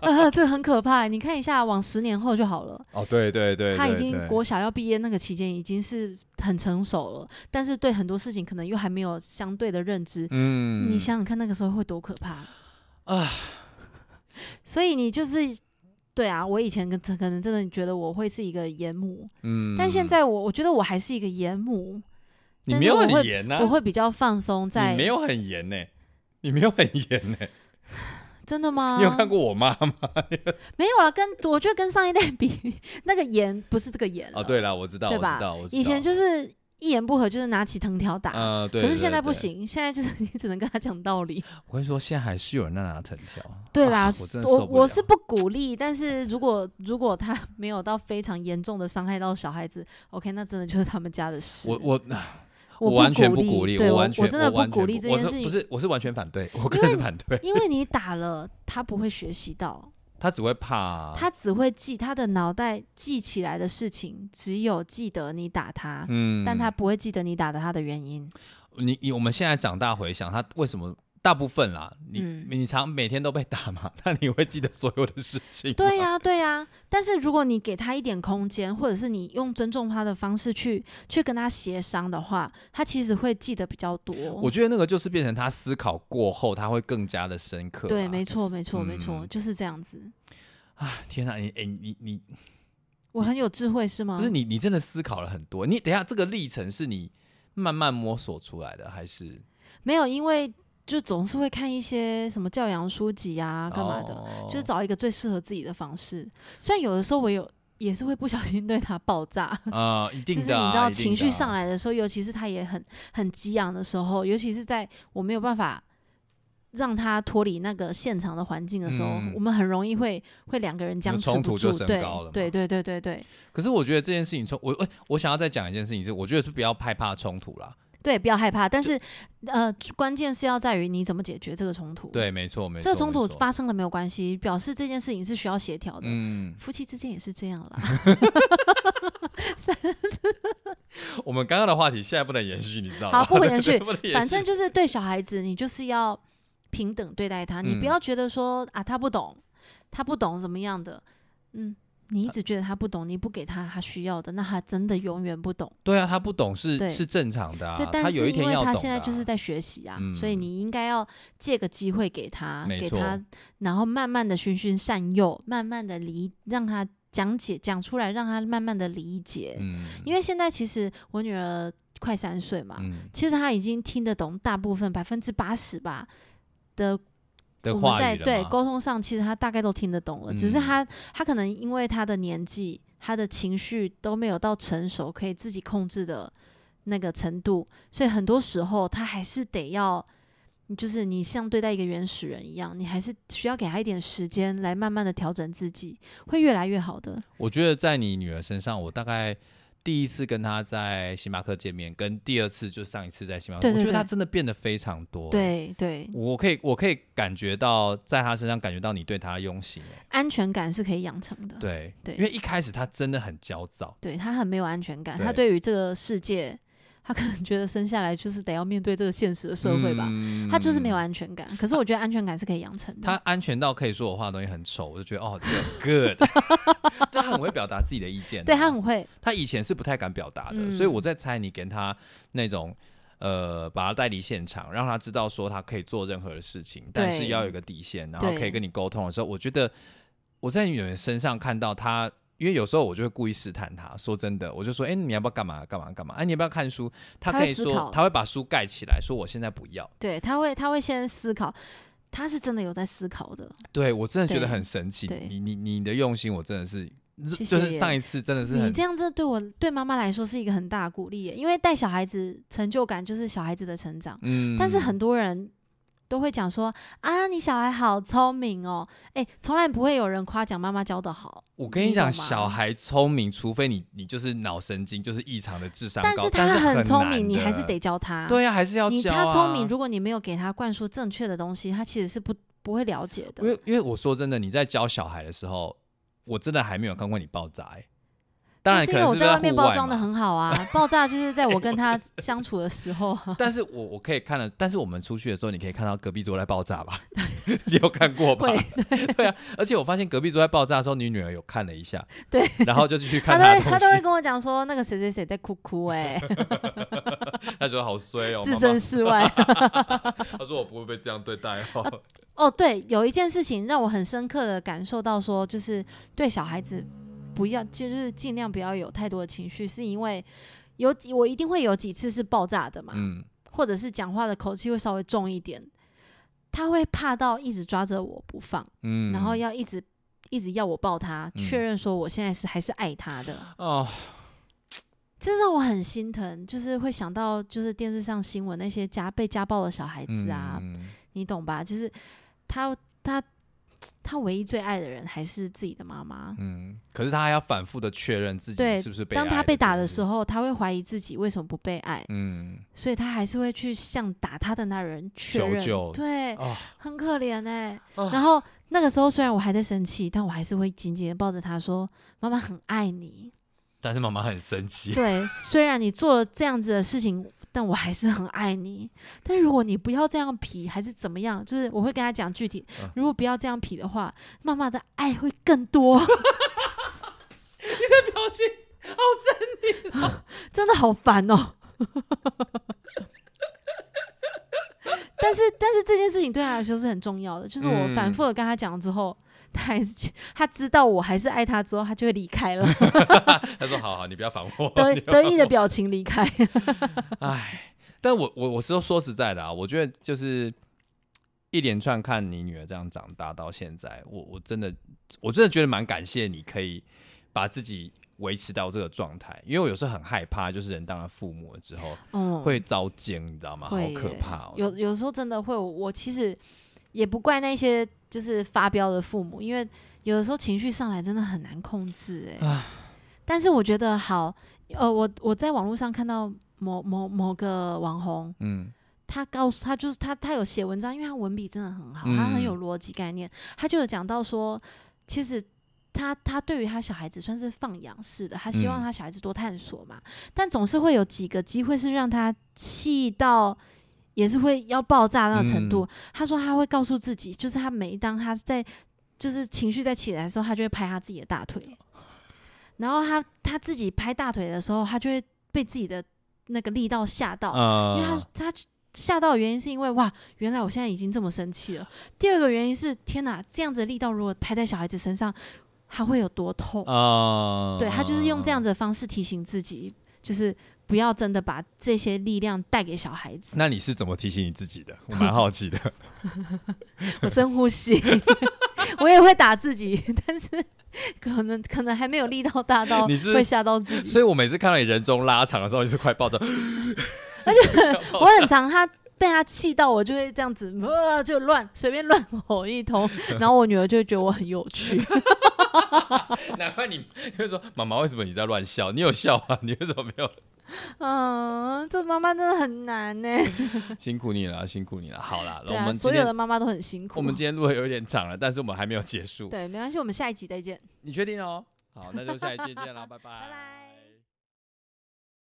[SPEAKER 1] 啊， *laughs* 这很可怕欸。你看一下，往十年后就好了。
[SPEAKER 2] 哦，对对对，
[SPEAKER 1] 他已
[SPEAKER 2] 对
[SPEAKER 1] 经
[SPEAKER 2] 对
[SPEAKER 1] 国小要毕业那个期间已经是很成熟了，但是对很多事情可能又还没有相对的认知。
[SPEAKER 2] 嗯，
[SPEAKER 1] 你想想看，那个时候会多可怕！
[SPEAKER 2] 啊，
[SPEAKER 1] *laughs* 所以你就是对啊，我以前跟可能真的觉得我会是一个严母，
[SPEAKER 2] 嗯，
[SPEAKER 1] 但现在我我觉得我还是一个严母，
[SPEAKER 2] 你
[SPEAKER 1] 但
[SPEAKER 2] 没
[SPEAKER 1] 是
[SPEAKER 2] 有
[SPEAKER 1] 我
[SPEAKER 2] 很
[SPEAKER 1] 会
[SPEAKER 2] 严呐，
[SPEAKER 1] 我会比较放松在。
[SPEAKER 2] 啊你没有很严呢，你没有很严呢。
[SPEAKER 1] 真的吗？
[SPEAKER 2] 你有看过我妈
[SPEAKER 1] *laughs*
[SPEAKER 2] 吗？
[SPEAKER 1] 没有啊，跟我觉得跟上一代 *laughs* 比，那个严不是这个严
[SPEAKER 2] 哦，
[SPEAKER 1] 了
[SPEAKER 2] 对了，我知道，我
[SPEAKER 1] 对
[SPEAKER 2] 知
[SPEAKER 1] 吧
[SPEAKER 2] 道，我知道。
[SPEAKER 1] 以前就是一言不合就是拿起藤条打。
[SPEAKER 2] 呃，对，
[SPEAKER 1] 可是
[SPEAKER 2] 对
[SPEAKER 1] 现在不。
[SPEAKER 2] 对
[SPEAKER 1] 行，现在就是你 *laughs* 只能跟他讲道理。
[SPEAKER 2] 我跟你说，现在还是有人在拿藤条。
[SPEAKER 1] *laughs* 对
[SPEAKER 2] 啊
[SPEAKER 1] 啦，
[SPEAKER 2] 我真的
[SPEAKER 1] 我
[SPEAKER 2] 受不
[SPEAKER 1] 我
[SPEAKER 2] 了
[SPEAKER 1] 是不鼓励，但是如果如果他没有到非常严重的伤害到小孩子，OK，那真的就是他们家的事。
[SPEAKER 2] 我我
[SPEAKER 1] 我
[SPEAKER 2] 完全不
[SPEAKER 1] 鼓
[SPEAKER 2] 鼓励，
[SPEAKER 1] 对
[SPEAKER 2] 完全
[SPEAKER 1] 我真的
[SPEAKER 2] 完
[SPEAKER 1] 鼓
[SPEAKER 2] 全
[SPEAKER 1] 励这
[SPEAKER 2] 我
[SPEAKER 1] 件
[SPEAKER 2] 是
[SPEAKER 1] 事
[SPEAKER 2] 不
[SPEAKER 1] 情，
[SPEAKER 2] 是我是完全反对，我个人是反对，
[SPEAKER 1] 因为你打了他不会学习到，
[SPEAKER 2] 他只会怕
[SPEAKER 1] 他只会记他的脑袋记起来的事情，只有记得你打他，
[SPEAKER 2] 嗯，
[SPEAKER 1] 但他不会记得你打的他的原因。
[SPEAKER 2] 你你我们现在长大回想，他为什么大部分啦，你、
[SPEAKER 1] 嗯
[SPEAKER 2] 你常每天都被打嘛， *laughs* 那你会记得所有的事情吗，
[SPEAKER 1] 对呀、对呀、但是如果你给他一点空间，或者是你用尊重他的方式去去跟他协商的话，他其实会记得比较多。
[SPEAKER 2] 我觉得那个就是变成他思考过后，他会更加的深刻。
[SPEAKER 1] 对，没。错，没错，没错，
[SPEAKER 2] 嗯
[SPEAKER 1] 就是这样子。
[SPEAKER 2] 啊，天哪，你哎、你你
[SPEAKER 1] 我很有智慧是吗？
[SPEAKER 2] 不是你你真的思考了很多。你等一下这个历程是你慢慢摸索出来的，还是
[SPEAKER 1] 没有，因为就总是会看一些什么教养书籍啊，干嘛的，
[SPEAKER 2] 哦
[SPEAKER 1] 就是找一个最适合自己的方式。虽然有的时候我有也是会不小心对他爆炸，
[SPEAKER 2] 啊，一定
[SPEAKER 1] 就是
[SPEAKER 2] 的
[SPEAKER 1] 你
[SPEAKER 2] 啊，
[SPEAKER 1] 知道
[SPEAKER 2] 一定
[SPEAKER 1] 情绪
[SPEAKER 2] 的啊
[SPEAKER 1] 上来的时候，尤其是他也很很激昂的时候，尤其是在我没有办法。让他脱离那个现场的环境的时候，
[SPEAKER 2] 嗯
[SPEAKER 1] 我们很容易会会两个人僵
[SPEAKER 2] 那
[SPEAKER 1] 持
[SPEAKER 2] 冲
[SPEAKER 1] 不
[SPEAKER 2] 突就
[SPEAKER 1] 住，
[SPEAKER 2] 升
[SPEAKER 1] 对
[SPEAKER 2] 高了嘛
[SPEAKER 1] 对对对对对
[SPEAKER 2] 可是我觉得这件事情冲我我我想要再讲一件事情是，我觉得是不要害怕冲突啦。
[SPEAKER 1] 对，不要害怕，但是呃，关键是要在于你怎么解决这个冲突。，
[SPEAKER 2] 对，没错，没错，
[SPEAKER 1] 这个冲突
[SPEAKER 2] 没错
[SPEAKER 1] 发生了没有关系，表示这件事情是需要协调的。
[SPEAKER 2] 嗯，
[SPEAKER 1] 夫妻之间也是这样啦，
[SPEAKER 2] 我们刚刚的话题现在不能延续，你知道吗？
[SPEAKER 1] 好不能
[SPEAKER 2] *laughs*
[SPEAKER 1] 延续
[SPEAKER 2] 不能延续
[SPEAKER 1] 反正就是对小孩子，你就是要平等对待他，你不
[SPEAKER 2] 嗯
[SPEAKER 1] 要觉得说啊，他不懂，他不懂怎么样的，嗯，你
[SPEAKER 2] 啊
[SPEAKER 1] 一直觉得他不懂，你不给他他需要的，那他真的永远不懂。
[SPEAKER 2] 对啊，他不懂
[SPEAKER 1] 对
[SPEAKER 2] 是是正常的啊，
[SPEAKER 1] 对，
[SPEAKER 2] 他
[SPEAKER 1] 但
[SPEAKER 2] 有
[SPEAKER 1] 是
[SPEAKER 2] 一
[SPEAKER 1] 因
[SPEAKER 2] 天
[SPEAKER 1] 为
[SPEAKER 2] 要懂的
[SPEAKER 1] 他
[SPEAKER 2] 啊、
[SPEAKER 1] 现在就是在学习啊，所以
[SPEAKER 2] 嗯
[SPEAKER 1] 你应该要借个机会给他，
[SPEAKER 2] 没
[SPEAKER 1] 给
[SPEAKER 2] 错
[SPEAKER 1] 他，然后慢慢的循循善诱，慢慢的理，让他讲解讲出来，让他慢慢的理解。
[SPEAKER 2] 嗯，
[SPEAKER 1] 因为现在其实我女儿快三岁嘛，
[SPEAKER 2] 嗯
[SPEAKER 1] 其实她已经听得懂大部分百分之八十吧的
[SPEAKER 2] 的
[SPEAKER 1] 我们
[SPEAKER 2] 话
[SPEAKER 1] 在
[SPEAKER 2] 语了
[SPEAKER 1] 对
[SPEAKER 2] 吗
[SPEAKER 1] 沟通上，其实他大概都听得懂了，只是
[SPEAKER 2] 嗯
[SPEAKER 1] 他他可能因为他的年纪，他的情绪都没有到成熟，可以自己控制的那个程度，所以很多时候他还是得要，就是你像对待一个原始人一样，你还是需要给他一点时间来慢慢的调整自己，会越来越好的。
[SPEAKER 2] 我觉得在你女儿身上，我大概第一次跟她在星巴克见面，跟第二次就上一次在星巴克，
[SPEAKER 1] 对对
[SPEAKER 2] 我觉得她
[SPEAKER 1] 对
[SPEAKER 2] 真的变得非常多。，
[SPEAKER 1] 对对，
[SPEAKER 2] 我可以我可以感觉到在她身上感觉到你对她的用心、欸。
[SPEAKER 1] 安全感是可以养成的。嗯
[SPEAKER 2] 对，
[SPEAKER 1] 对
[SPEAKER 2] 因为一开始她真的很焦躁。
[SPEAKER 1] 对他很没有安全感，他
[SPEAKER 2] 对
[SPEAKER 1] 对于这个世界，他可能觉得生下来就是得要面对这个现实的社会吧。
[SPEAKER 2] 嗯
[SPEAKER 1] 他就是没有安全感。可是我觉得安全感是可以养成的。
[SPEAKER 2] 他安全到可以说我画的东西很丑，我就觉得哦，这
[SPEAKER 1] *laughs*
[SPEAKER 2] 个 good，对他很会表达自己的意见啊、
[SPEAKER 1] 对他很会，
[SPEAKER 2] 他以前是不太敢表达的，
[SPEAKER 1] 嗯
[SPEAKER 2] 所以我在猜你跟他那种。呃，把他带离现场，让他知道说他可以做任何的事情，但是要有一个底线，然后可以跟你沟通的时候，我觉得我在女人身上看到他，因为有时候我就会故意试探他。说真的，我就说，哎、你要不要干嘛干嘛干嘛？哎、你要不要看书？他
[SPEAKER 1] 他
[SPEAKER 2] 可
[SPEAKER 1] 会
[SPEAKER 2] 以
[SPEAKER 1] 思
[SPEAKER 2] 说，
[SPEAKER 1] 考
[SPEAKER 2] 他会把书盖起来，说我现在不要。
[SPEAKER 1] 对他会他会先思考，他是真的有在思考的。
[SPEAKER 2] 对我真的觉得
[SPEAKER 1] 对
[SPEAKER 2] 很神奇
[SPEAKER 1] 对，
[SPEAKER 2] 你你你的用心，我真的是，
[SPEAKER 1] 谢
[SPEAKER 2] 就是上一次真的是
[SPEAKER 1] 你
[SPEAKER 2] 很
[SPEAKER 1] 这样子对我对妈妈来说是一个很大的鼓励耶，因为带小孩子成就感就是小孩子的成长。
[SPEAKER 2] 嗯，
[SPEAKER 1] 但是很多人都会讲说啊，你小孩好聪明哦，哎，从来不会有人夸奖妈妈教的好。
[SPEAKER 2] 我跟你讲，
[SPEAKER 1] 你懂吗
[SPEAKER 2] 小孩聪明，除非你你就是脑神经就是异常的智商
[SPEAKER 1] 但
[SPEAKER 2] 高，
[SPEAKER 1] 他
[SPEAKER 2] 但是
[SPEAKER 1] 很聪
[SPEAKER 2] 难
[SPEAKER 1] 明，你
[SPEAKER 2] 的
[SPEAKER 1] 还是得教他。
[SPEAKER 2] 对呀、还是要
[SPEAKER 1] 你
[SPEAKER 2] 教、啊、
[SPEAKER 1] 他聪明，如果你没有给他灌输正确的东西，他其实是不不会了解的。
[SPEAKER 2] 因为因为我说真的，你在教小孩的时候，我真的还没有看过你爆炸、欸。当然
[SPEAKER 1] 那
[SPEAKER 2] 可
[SPEAKER 1] 是因为我
[SPEAKER 2] 能
[SPEAKER 1] 在外面
[SPEAKER 2] 户
[SPEAKER 1] 包
[SPEAKER 2] 外
[SPEAKER 1] 装的
[SPEAKER 2] 嘛
[SPEAKER 1] 很好啊，爆炸就是在我跟他相处的时候 *laughs* 啊，
[SPEAKER 2] 但是我我可以看了，但是我们出去的时候，你可以看到隔壁桌在爆炸吧？ *laughs* 你有看过吧？
[SPEAKER 1] 会
[SPEAKER 2] *laughs* 对啊，而且我发现隔壁桌在爆炸的时候，你女儿有看了一下，
[SPEAKER 1] 对，
[SPEAKER 2] 然后就继续
[SPEAKER 1] 他
[SPEAKER 2] *laughs* 看
[SPEAKER 1] 都会他
[SPEAKER 2] 她的东
[SPEAKER 1] 都会
[SPEAKER 2] 西，
[SPEAKER 1] 跟我讲说那个谁谁谁在哭哭
[SPEAKER 2] *laughs*
[SPEAKER 1] 哎、
[SPEAKER 2] 她觉得好衰
[SPEAKER 1] *laughs*
[SPEAKER 2] 哦，
[SPEAKER 1] 置
[SPEAKER 2] 妈
[SPEAKER 1] 身
[SPEAKER 2] 妈
[SPEAKER 1] 事
[SPEAKER 2] *laughs*
[SPEAKER 1] 外。
[SPEAKER 2] 她说我不会被这样对待
[SPEAKER 1] *laughs*
[SPEAKER 2] 哦，
[SPEAKER 1] 哦，对，有一件事情让我很深刻的感受到说，就是对小孩子不要，就是尽量不要有太多的情绪，是因为有我一定会有几次是爆炸的嘛，
[SPEAKER 2] 嗯，
[SPEAKER 1] 或者是讲话的口气会稍微重一点，他会怕到一直抓着我不放。
[SPEAKER 2] 嗯，
[SPEAKER 1] 然后要一直一直要我抱他，
[SPEAKER 2] 嗯
[SPEAKER 1] 确认说我现在是还是爱他的，
[SPEAKER 2] 哦，
[SPEAKER 1] 这让我很心疼。就是会想到，就是电视上新闻那些家被家暴的小孩子啊，
[SPEAKER 2] 嗯
[SPEAKER 1] 你懂吧？就是他他他唯一最爱的人还是自己的妈妈。
[SPEAKER 2] 嗯，可是他还要反复的确认自己
[SPEAKER 1] 对
[SPEAKER 2] 是不是被
[SPEAKER 1] 当他
[SPEAKER 2] 爱
[SPEAKER 1] 被打
[SPEAKER 2] 这
[SPEAKER 1] 的
[SPEAKER 2] 件
[SPEAKER 1] 时
[SPEAKER 2] 事，
[SPEAKER 1] 候，他会怀疑自己为什么不被爱，
[SPEAKER 2] 嗯，
[SPEAKER 1] 所以他还是会去向打他的那人确认。
[SPEAKER 2] 求救
[SPEAKER 1] 对，
[SPEAKER 2] 哦，
[SPEAKER 1] 很可怜哎、
[SPEAKER 2] 啊
[SPEAKER 1] 然后那个时候虽然我还在生气，但我还是会紧紧的抱着他说：“妈妈很爱你。”
[SPEAKER 2] 但是妈妈很生 *laughs* 气，
[SPEAKER 1] 对，虽然你做了这样子的事情，但我还是很爱你。但如果你不要这样皮，还是怎么样，就是我会跟他讲具体，
[SPEAKER 2] 嗯
[SPEAKER 1] 如果不要这样皮的话，妈妈的爱会更多。 *laughs*
[SPEAKER 2] 表情，
[SPEAKER 1] *laughs* 真的好烦哦、但是，但是这件事情对他来说是很重要的，就是我反
[SPEAKER 2] 嗯
[SPEAKER 1] 复的跟他讲之后，他还是他知道我还是爱他之后，他就会离开了，
[SPEAKER 2] 他说好好，你不要烦 *laughs* 我，
[SPEAKER 1] 得
[SPEAKER 2] 你不
[SPEAKER 1] 得
[SPEAKER 2] 要
[SPEAKER 1] 意的表情离开。
[SPEAKER 2] 唉，但我我我是说说实在的啊，我觉得就是一连串看你女儿这样长大到现在，我我真的我真的觉得蛮感谢你可以把自己维持到这个状态，因为我有时候很害怕，就是人当了父母了之后
[SPEAKER 1] 嗯，
[SPEAKER 2] 会遭奸，你知道吗？好
[SPEAKER 1] 会
[SPEAKER 2] 可
[SPEAKER 1] 耶
[SPEAKER 2] 怕哦。
[SPEAKER 1] 有有时候真的会，我我其实也不怪那些就是发飙的父母，因为有的时候情绪上来真的很难控制哎、
[SPEAKER 2] 唉
[SPEAKER 1] 但是我觉得好，呃，我我在网络上看到某某某个网红，
[SPEAKER 2] 嗯
[SPEAKER 1] 他告诉他就是他他有写文章，因为他文笔真的很好，他很有
[SPEAKER 2] 嗯
[SPEAKER 1] 逻辑概念，他就有讲到说，其实。他他对于他小孩子算是放养式的，他希望
[SPEAKER 2] 嗯
[SPEAKER 1] 他小孩子多探索嘛，但总是会有几个机会是让他气到也是会要爆炸那个程
[SPEAKER 2] 嗯
[SPEAKER 1] 度。他说他会告诉自己，就是他每当他在就是情绪在起来的时候，他就会拍他自己的大腿，然后他他自己拍大腿的时候，他就会被自己的那个力道吓到，因为
[SPEAKER 2] 呃
[SPEAKER 1] 他他吓到的原因是因为哇，原来我现在已经这么生气了。第二个原因是天哪，这样子的力道如果拍在小孩子身上，它会有多痛。
[SPEAKER 2] 啊，
[SPEAKER 1] 对他就是用这样子的方式提醒自己，就是不要真的把这些力量带给小孩子。
[SPEAKER 2] 那你是怎么提醒你自己
[SPEAKER 1] *laughs*
[SPEAKER 2] 的？我蛮好奇的。
[SPEAKER 1] 我深呼
[SPEAKER 2] *laughs*
[SPEAKER 1] 吸， *laughs* 我也会打自己，但是可能可能还没有力道大到
[SPEAKER 2] 你是不是
[SPEAKER 1] 会吓到自己。
[SPEAKER 2] 所以我每次看到你人中拉长的时候，就是快爆炸。 *laughs*
[SPEAKER 1] 我很常他被他气到，我就会这样子，呃、就乱随便乱吼一
[SPEAKER 2] *laughs*
[SPEAKER 1] 通，然后我女儿就会觉得我很有趣。
[SPEAKER 2] 难怪你就说妈妈，为什么你在乱笑？你有笑啊？你为什么没有？
[SPEAKER 1] *laughs* 嗯，这妈妈真的很难
[SPEAKER 2] *laughs*
[SPEAKER 1] 呢、
[SPEAKER 2] 辛苦你了，辛苦你了。好啦，
[SPEAKER 1] 对
[SPEAKER 2] 我
[SPEAKER 1] 啊，
[SPEAKER 2] 们
[SPEAKER 1] 所
[SPEAKER 2] 今
[SPEAKER 1] 有
[SPEAKER 2] 天
[SPEAKER 1] 的妈妈都很辛苦。
[SPEAKER 2] 我们今天录的有点长了，但是我们还没有结束。
[SPEAKER 1] 对，没关系，我们下一集再见， *laughs*
[SPEAKER 2] 你确定哦？好，那就下一期见啦，拜拜
[SPEAKER 1] 拜拜。